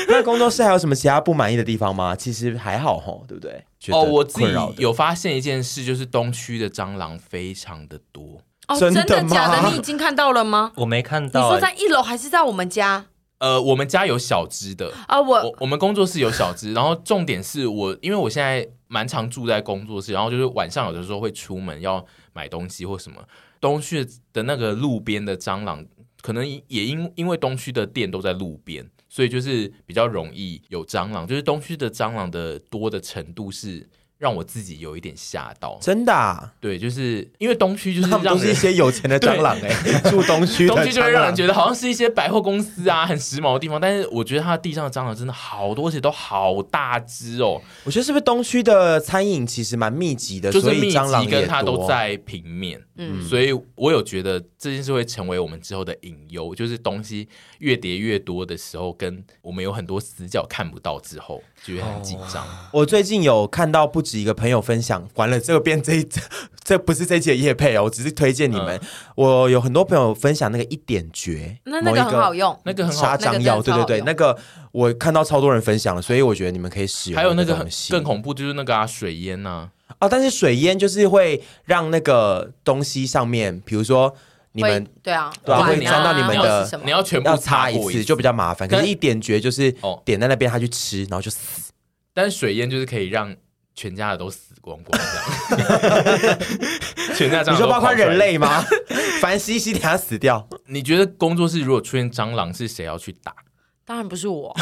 那工作室还有什么其他不满意的地方吗？其实还好吼，对不对？觉得
哦，我自
困
己
扰的
有发现一件事，就是东区的蟑螂非常的多。
哦，
真
真
的
的假
吗
的？你已经看到了吗？
我没看
你
到、
说
欸，
在一楼还是在我们家
呃，我们家有小只的，
啊？我
我我们工作室有小只，然后重点是我，因为我现在蛮常住在工作室，然后就是晚上有的时候会出门要买东西或什么，东区的那个路边的蟑螂，可能也因因为东区的店都在路边，所以就是比较容易有蟑螂，就是东区的蟑螂的多的程度是让我自己有一点吓到，
真的、啊，
对，就是因为东区 就是
他们
让
都是一
人
些有钱的蟑螂哎、 住东区的
东区就会让人
得
觉得好像是一些百货公司啊，很时髦的地方。但是我觉得它地上的蟑螂真的好多，而且都好大只哦，
我觉得是不是东区的餐饮其实蛮密集的，
就是
所以
密
蟑螂
集
也
跟它都
多
在平面。嗯，所以我有觉得这件事会成为我们之后的隐忧，就是东西越叠越多的时候，跟我们有很多死角看不到之后，就会很紧张。
我最近有看到不止一个朋友分享，完了这个变这一这不是这一期的夜配哦，我只是推荐你们。
嗯
我有很多朋友分享那个一点绝，
那那个
某一
很好用，
那个很
杀
好。
蟑药，
那个
对
真的
对
超好
对，
用
那个我看到超多人分享了，所以我觉得你们可以使用。
还有那
那
个
东
很
西
更恐怖，就是那个啊水淹呐、
哦，但是水淹就是会让那个东西上面，比如说你
会
们
对啊，
对啊
碗
会沾到你们的
或是什么
你要全部
要擦
过
一
一
次就比较麻烦。可是，
但
一点绝就是
哦
点在那边，他去吃，然后就死。
但是水淹就是可以让全家的都死光光这样。 全家蟑螂
你说
都
包括
跑出来
人类吗？凡西西等下死掉，
你觉得工作室如果出现蟑螂，是谁要去打？
当然不 是我，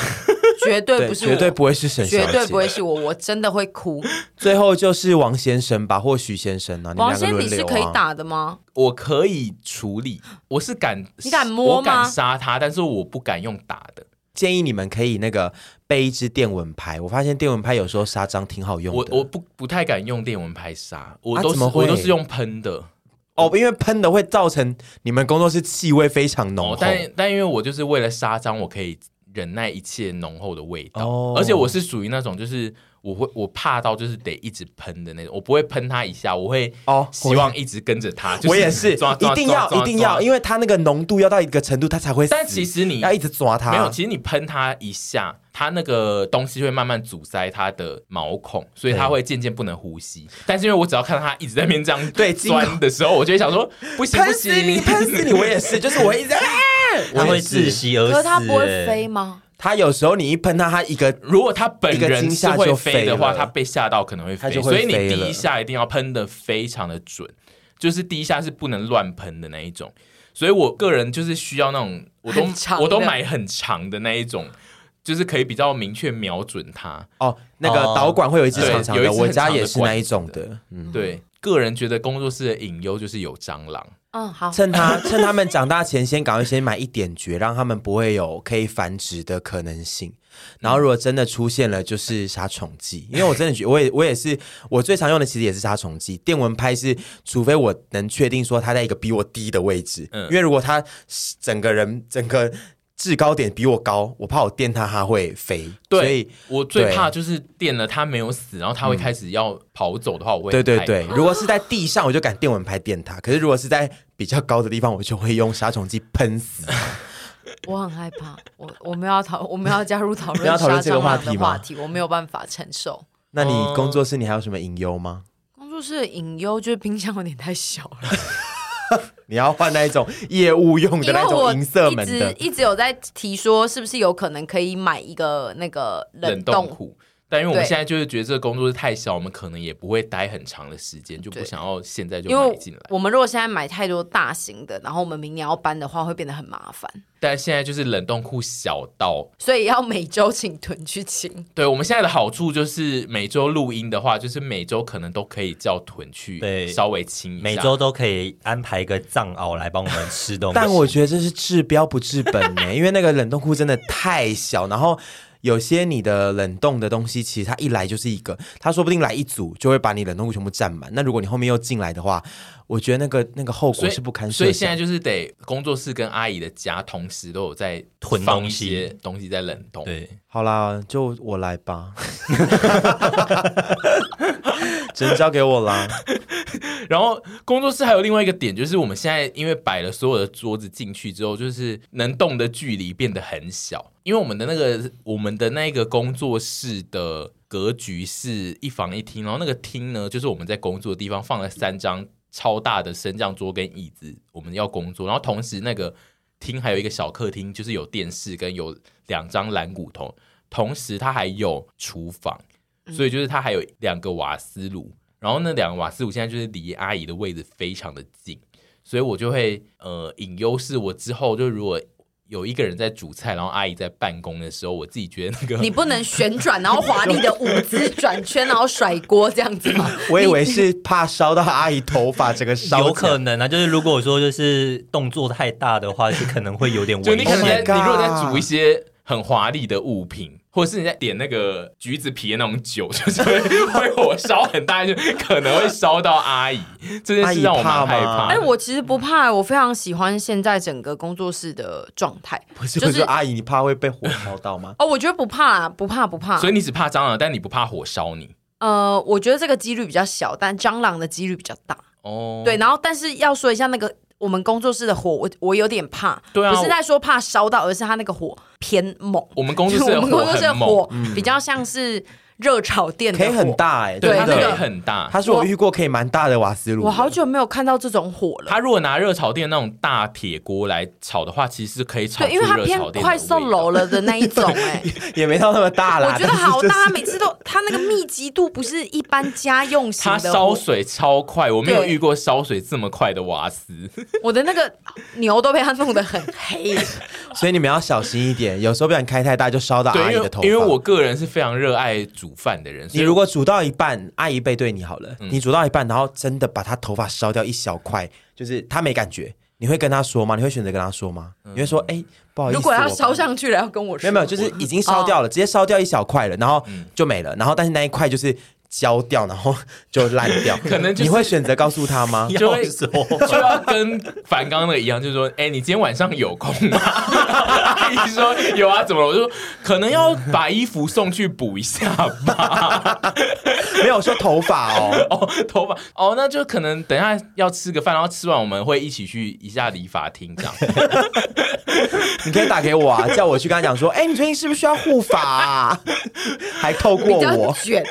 绝对不是我，
绝对不会是沈小姐，
绝对不会是我，我真的会哭。
最后就是王先生吧，或许先生啊，你们
王
两个
先，
轮
你
流
是
啊。
可以打的吗？
我可以处理，我是敢，
你敢摸
我
吗
敢杀它，但是我不敢用打的。
建议你们可以那个备一支电蚊拍，我发现电蚊拍有时候杀蟑挺好用
我
的。
我不不太敢用电蚊拍杀，我
啊
都
怎
是、
么
我
会
都是用喷的。
哦，因为喷的会造成你们工作室气味非常浓
哦
厚，，
但但因为我就是为了杀蟑，我可以忍耐一切浓厚的味道，
哦
而且我是属于那种就是。我会我怕到就是得一直喷的那种，我不会喷它一下，我会
哦
希望一直跟着它。就
我也是，
抓抓
一定要
抓
一
抓
定
抓
要，因为哎它那个浓度要到一个程度，它才会死。
但其实你
要一直抓它，
没有，其实你喷它一下，它那个东西会慢慢阻塞它的毛孔，所以它会渐渐不能呼吸。但是因为我只要看到它一直在那边这样
对经
钻的时候，我就会 想说不行不
喷死你，
行，
喷死你！我也 是，就是我会一直，啊
它
我
会
也
窒
是。
息而死、
可
欸。
是它不会飞吗？
它有时候你一喷它，它一个
如果它本
一个
人
惊
是
吓
会
就
飞的
飞
话，
了
它被吓到可能会
它
飞，
就会
所以你
飞
第
了
一下一定要喷的非常的准，就是第一下是不能乱喷的那一种。所以我个人就是需要那种，我都
很长的
我都买很长的那一种，就是可以比较明确瞄准它。
哦，那个
哦
导管会有一支
对
长长
有一
的，
支
我
很
家
长
也
的
是
管
那一种的。嗯，
对，个人觉得工作室的隐忧就是有蟑螂。
嗯，好，
趁他趁他们长大前，先赶快先买一点绝，让他们不会有可以繁殖的可能
嗯
性。然后如果真的出现了，就是杀虫剂， 因为我真的觉得，我也我也是我最常用的，其实也是杀虫剂。电蚊拍是，除非我能确定说它在一个比我低的位置，
嗯
因为如果它整个人整个制高点比我高，我怕我电它，它会飞。所以
对，我最
对
怕就是电了它没有死，然后它会开始要跑走的话，我会
对
很
对
害
对
怕，，
如果是在地上，我就敢电蚊拍电它；可是如果是在比较高的地方，我就会用杀虫剂喷死。
我很害怕，我我们要讨，我们要加入讨
你要
论
讨
杀
论这
蟑
个话
螂
题吗
的话题，我没有办法承受。
那你
呃
哦
工作室你还有什么隐忧吗？
工作室的隐忧就是冰箱有点太小了，
你要换那一种业务用的
因为
那
我
种银色
一
门
直
的，
一直有在提说，是不是有可能可以买一个那个
冷冻
冻
库。但因为我们
对
现在就是觉得这个工作室太小，我们可能也不会待很长的时间，就不
对
想要现在就
因
买
为
进来。
我们如果现在买太多大型的，然后我们明年要搬的话，会变得很麻烦，
但现在就是冷冻库小到，
所以要每周请囤 去清。
对我们现在的好处就是每周录音的话，就是每周可能都可以叫屯去
对
稍微清一下。
每周都可以安排一个藏獒来帮我们 吃东西。
但我觉得这是治标不治本呢、欸 因为那个冷冻库真的太小，然后。有些你的冷冻的东西，其实它一来就是一个，它说不定来一组就会把你冷冻库全部占满。那如果你后面又进来的话，我觉得那个那个后
所
果
以
是不堪设
所
想。
以现在就是得工作室跟阿姨的家同时都有在
囤
放
东
一
西
些东西在冷冻。
对，
好啦，就我来 吧，只能交给我啦。
然后工作室还有另外一个点，就是我们现在因为摆了所有的桌子进去之后，就是能动的距离变得很小，因为我们的那个我们的那个工作室的格局是一房一厅，然后那个厅呢，就是我们在工作的地方放了三张超大的升降桌跟椅子，我们要工作，然后同时那个厅还有一个小客厅，就是有电视跟有两张蓝骨头，同时它还有厨房。
嗯
所以就是它还有两个瓦斯炉，然后那两个瓦斯炉现在就是离阿姨的位置非常的近，所以我就会呃引优势，我之后就如果有一个人在煮菜，然后阿姨在办公的时候，我自己觉得那个
你不能旋转，然后华丽的舞姿转圈，然后甩锅这样子吗？
我以为是怕烧到阿姨头发，整个烧起来。
有可能啊，就是如果说就是动作太大的话，是可能会有点
就
危
你可能
险。
在、
Oh my
你如果在
God
煮一些很华丽的物品，或者是你在点那个橘子皮的那种酒，就是会会火烧很大，就可能会烧到阿姨。这件
阿
事
姨
让我蛮
怕
害
吗
怕
哎、
的。
我其实不怕，我非常喜欢现在整个工作室的状态。
不是，啊
就
就是是阿姨，你怕会被火烧到 吗？
哦，我觉得不怕啦，不怕，不怕。
所以你只怕蟑螂，但你不怕火烧你
呃，我觉得这个几率比较小，但蟑螂的几率比较大。
哦。
对，然后但是要说一下那个我们工作室的火，我我有点怕，
对啊
不是在说怕烧到，而是它那个火偏猛。
我们工作室
就是
的
我们工
火
作室的
很猛，嗯
火比较像是热炒店
可
的
以
火，
很大哎，
对，
对
它
真
可
那
以
个
的。
很大。
他是我遇过可以蛮大的瓦斯炉的。
我好久没有看到这种火了。
它如果拿热炒店那种大铁锅来炒的话，其实是可以炒
对，
出
因为它
热
偏
炒店的
快送
味道
楼了的那一 种、哎，
也没到那么大啦。
我觉得
但是
好
就是
大，它每次都它那个密集度不是一般家用型
它
的
烧
火。
水超快，我没有
对
遇过烧水这么快的瓦斯。
我的那个牛都被它弄得很 黑。
所以你们要小心一点，有时候不小心开太大就烧到阿
对，
姨
因为
的头发。
因为我个人是非常热爱煮饭的人，所
你
以
如果煮到一半，阿姨背对你好了，你煮到一半，然后真的把她头发烧掉一小块，就是她没感觉，你会跟她说吗？你会选择跟她说吗？你会说，哎、不好意思，
如果要
我
烧上去了，要跟我
没
说。
有没有，就是已经烧掉了，直接烧掉一小块了，然后就没了，然后但是那一块就是焦掉，然后就烂掉。
可能就是
你会选择告诉她 吗？
就会
要说
就要跟凡刚那个一样，就是说，哎、你今天晚上有空吗？ 阿姨说有啊，怎么了？我就说可能要把衣服送去补一下吧。
没有说头发哦，
哦，头发哦，那就可能等一下要吃个饭，然后吃完我们会一起去一下理发厅这样。
你可以打给我啊，叫我去跟她讲说，哎、你最近是不是需要护发、啊？还透过
比较
我，
卷，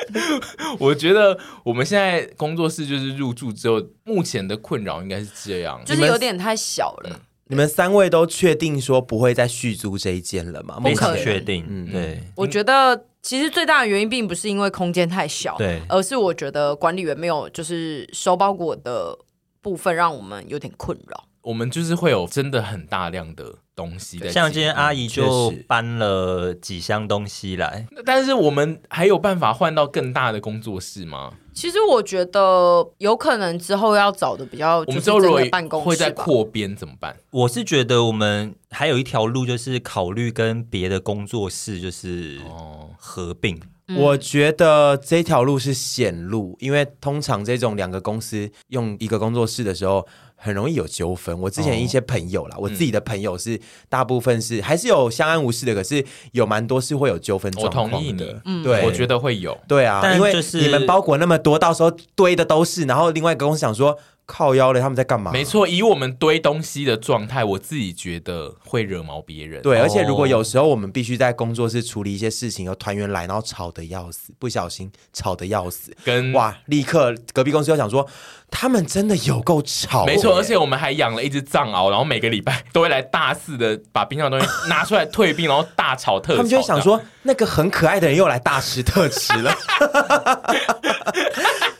我觉得我们现在工作室就是入住之后，目前的困扰应该是这样。
就是有点太小了。
你们三位都确定说不会再续租这一间了吗？
不可能
目前
确定，
嗯
对。
我觉得其实最大的原因并不是因为空间太小，
对
而是我觉得管理员没有就是收包裹的部分让我们有点困扰。
我们就是会有真的很大量的东西在，
像今天阿。姨就
确实
搬了几箱东西来，
但是我们还有办法换到更大的工作室吗？
其实我觉得有可能之后要找的比较，
我
就
们
是
之后如
真
果
的办公室
会在
吧
扩编怎么办？
我是觉得我们还有一条路，就是考虑跟别的工作室就是
哦，
合并。
我觉得这条路是险路，因为通常这种两个公司用一个工作室的时候，很容易有纠纷。我之前一些朋友啦，我自己的朋友是、大部分是还是有相安无事的，可是有蛮多是会有纠纷
我
状况
同意
的
你。，
嗯
对，
我觉
得。
得会有。
对啊，
但
因为
就是
你们包裹那么多，到时候堆的都是，然后另外一个公司想说靠腰了，他们在干嘛？
没错，以我们堆东西的状态，我自己觉得会惹毛别人。
对，
哦
而且如果有时候我们必须在工作室处理一些事情，有团员来，然后吵得要死，不小心吵得要死，
跟
哇，立刻隔壁公司又想说，他们真的有够吵，
没错，而且我们还养了一只藏獒，然后每个礼拜都会来大肆的把冰箱的东西拿出来退冰，然后大吵特吵。
他们就会想说，那个很可爱的人又来大吃特吃了。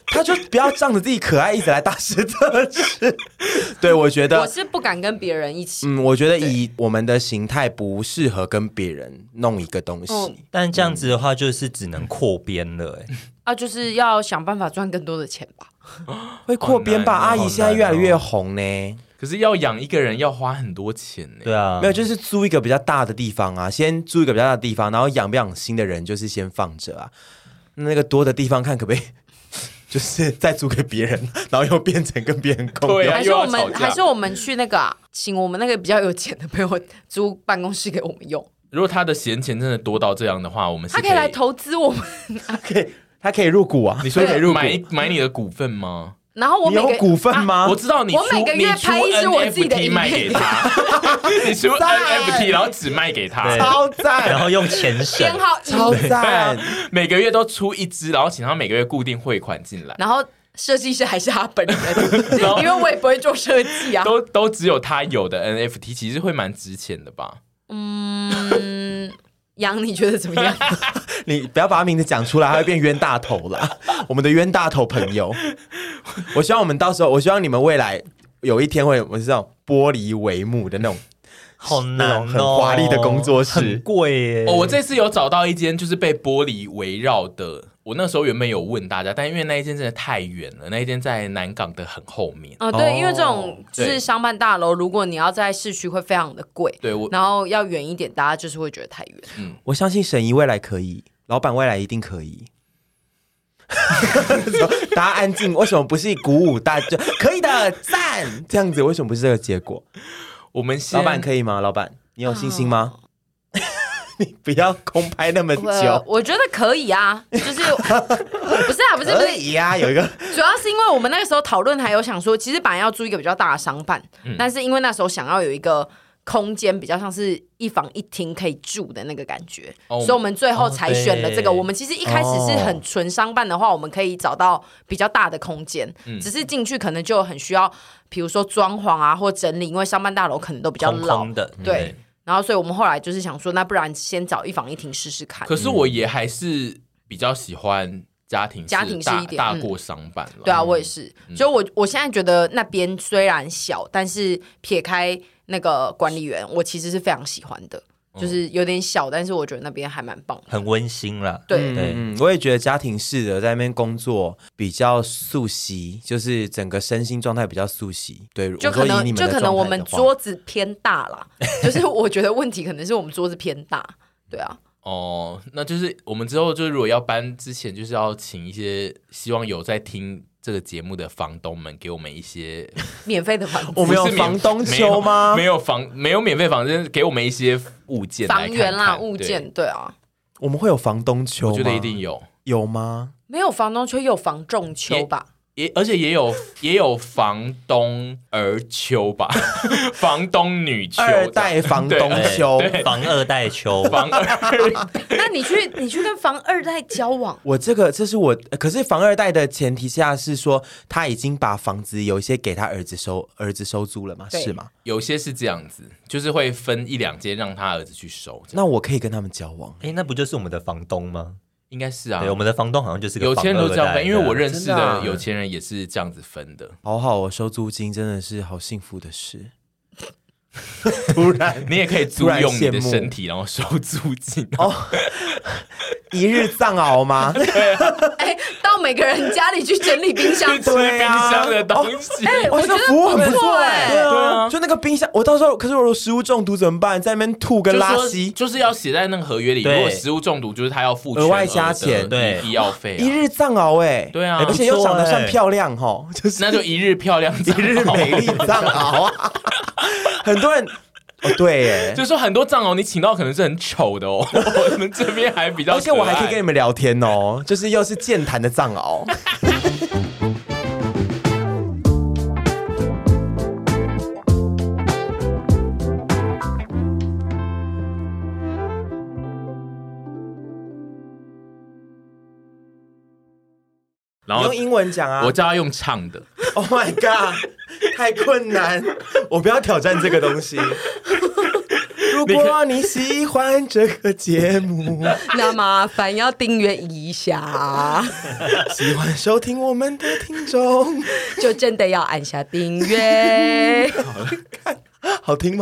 他就不要仗着自己可爱，一直来大吃特吃。对，我觉
我
得，
是不敢跟别人一起。
嗯，我觉得以我们的形态不适合跟别人弄一个东西。
嗯
但这样子的话，就是只能扩编了、
嗯
欸。
啊，就是要想办法赚更多的钱吧。
会扩编吧，
好难哦
阿姨现在越来越红呢。
这样，可是要养一个人要花很多钱欸呢。
对啊，
没有，就是租一个比较大的地方啊，先租一个比较大的地方，然后养不养新的人就是先放着啊。那个多的地方看可不可以， 就是再租给别人，然后又变成跟别人共
对
用。
啊
还是我
又要
们
吵架
还是我们去那个、啊，请我们那个比较有钱的朋友 租办公室给我们用，
如果他的闲钱真的多到这样的话，我们是
他可以来投资我们。
他可以，他可以入股啊。
你说
可 以
入买买你的股份吗？
然后我
你
每
有
个
股份吗？
啊我知道你
我每
出
个
你
月
出
拍一支我自己的
NFT
影
卖给
片
他， 你出
赞
NFT 然后只卖给
对
他，啊
超
然
赞，
后用钱省
编，号
超
一，
赞，
每个月都出一支，然后请他每个月固定汇款进来，
然后设计师还是他本人，
然后
因为我也不会做设计啊。
都都只有他有的 NFT，其实会蛮值钱的吧？
嗯，杨，你觉得怎么样？
你不要把他名字讲出来，他会变冤大头啦。我们的冤大头朋友，我希望我们到时候，我希望你们未来有一天会，我是这种玻璃帷幕的那种，
好难哦，
那种很华丽的工作室
很贵耶。
哦，我这次有找到一间就是被玻璃围绕的。我那时候原本有问大家，但因为那一间真的太远了，那一间在南港的很后面。
哦，
哦
对，因为这种就
对
是商办大楼，如果你要在市区会非常的贵，
对我，
然后要远一点，大家就是会觉得太远。
我相信沈怡未来可以，老板未来一定可以。 大家安静，为什么不是鼓舞大家就可以的赞？这样子为什么不是这个结果？
我们先
老板可以吗？老板，你有信心吗？ 你不要空拍那么
我
久。
我觉得可以啊，就是 不是啊，不是不
可
是，
以呀、有一个
主要是因为我们那个时候讨论还有想说，其实本来要租一个比较大的商办，
嗯
但是因为那时候想要有一个空间比较像是一房一厅可以住的那个感觉，
哦
所以我们最后才选了这个。
哦对
我们其实一开始是很纯商办的话，我们可以找到比较大的空间，
嗯
只是进去可能就很需要，比如说装潢啊或整理，因为商办大楼可能都比较
空
老。
空的，嗯
对，然后所以我们后来就是想说，那不然先找一房一厅试试看。
可是我也还是比较喜欢家庭式
家庭式
大
一点
大
嗯
过商办了。
对啊，我也是。
嗯
所以我我现在觉得那边虽然小，但是撇开那个管理员，我其实是非常喜欢的，
嗯
就是有点小，但是我觉得那边还蛮棒的。
很温馨啦。
对，
对
嗯，我也觉得家庭式的在那边工作比较素习，就是整个身心状态比较素习。对，
就
我说
可
以你
能
们
就
的
可能
状态
我们
的话
桌子偏大啦， 就是我觉得问题可能是我们桌子偏大。对啊，
哦，那就是我们之后就是如果要搬之前，就是要请一些希望有在听这个节目的房东们给我们一些，
免费的房子
我们有
不是免
房东秋吗
没有没有房，没有免费房，就是给我们一些物件来
房
看看
源啦，
对
物件，对啊，
我们会有房东秋
我
吗？
觉得一定有。
有吗？
没有房东却有房仲秋吧？
也而且也有也有房东儿秋吧， 房东女秋，
二代房东秋，
房二代秋，
房二，
那你去你去跟房二代交往，
我这个这是我，呃可是房二代的前提下是说他已经把房子有一些给他儿子收，儿子收租了嘛，
对
是吗？
有些是这样子，就是会分一两间让他儿子去收，这样
那我可以跟他们交往。
哎，那不就是我们的房东吗？
应该是啊
对，。我们的房东好像就是个
有钱人都这样
房二代
分，因为我认识
真的啊
的有钱人也是这样子分 的。
好好哦，收租金真的是好幸福的 事。
突然，你也可以租
突然
用你
羡
的
慕
身体，然后收租金。
哦一日藏獒 吗？
哎，到每个人家里去整理冰箱
去，吃冰
啊
箱的东
哦
西，
哇，这个服务很不错哎、
对
啊
就那个冰箱，我到时候可是我如果食物中毒怎么办？在那边吐跟
就
拉
说
稀，
就是要写在那个合约里。如
对
果食物中毒，就是他要付
额外
全
加
的
钱
对
医药费啊
一。日藏獒哎，
对啊
而且又长得
不错
算
哎
漂亮哈， 就是
那就一日漂亮，一
一日美丽藏獒 啊，很多人哦对哎，
就是说很多藏獒你请到可能是很丑的哦， 我们这边还比较可爱，
而且我还可以跟你们聊天哦，就是又是健谈的藏獒。
然
你
后
用英文讲啊
我叫他用唱的，
！Oh my god，太困难，我不要挑战这个东 西。如果你喜欢这个节目，
那麻烦要订阅一下，
喜欢收听我们的听众，
就真的要按下订阅。
好听吗？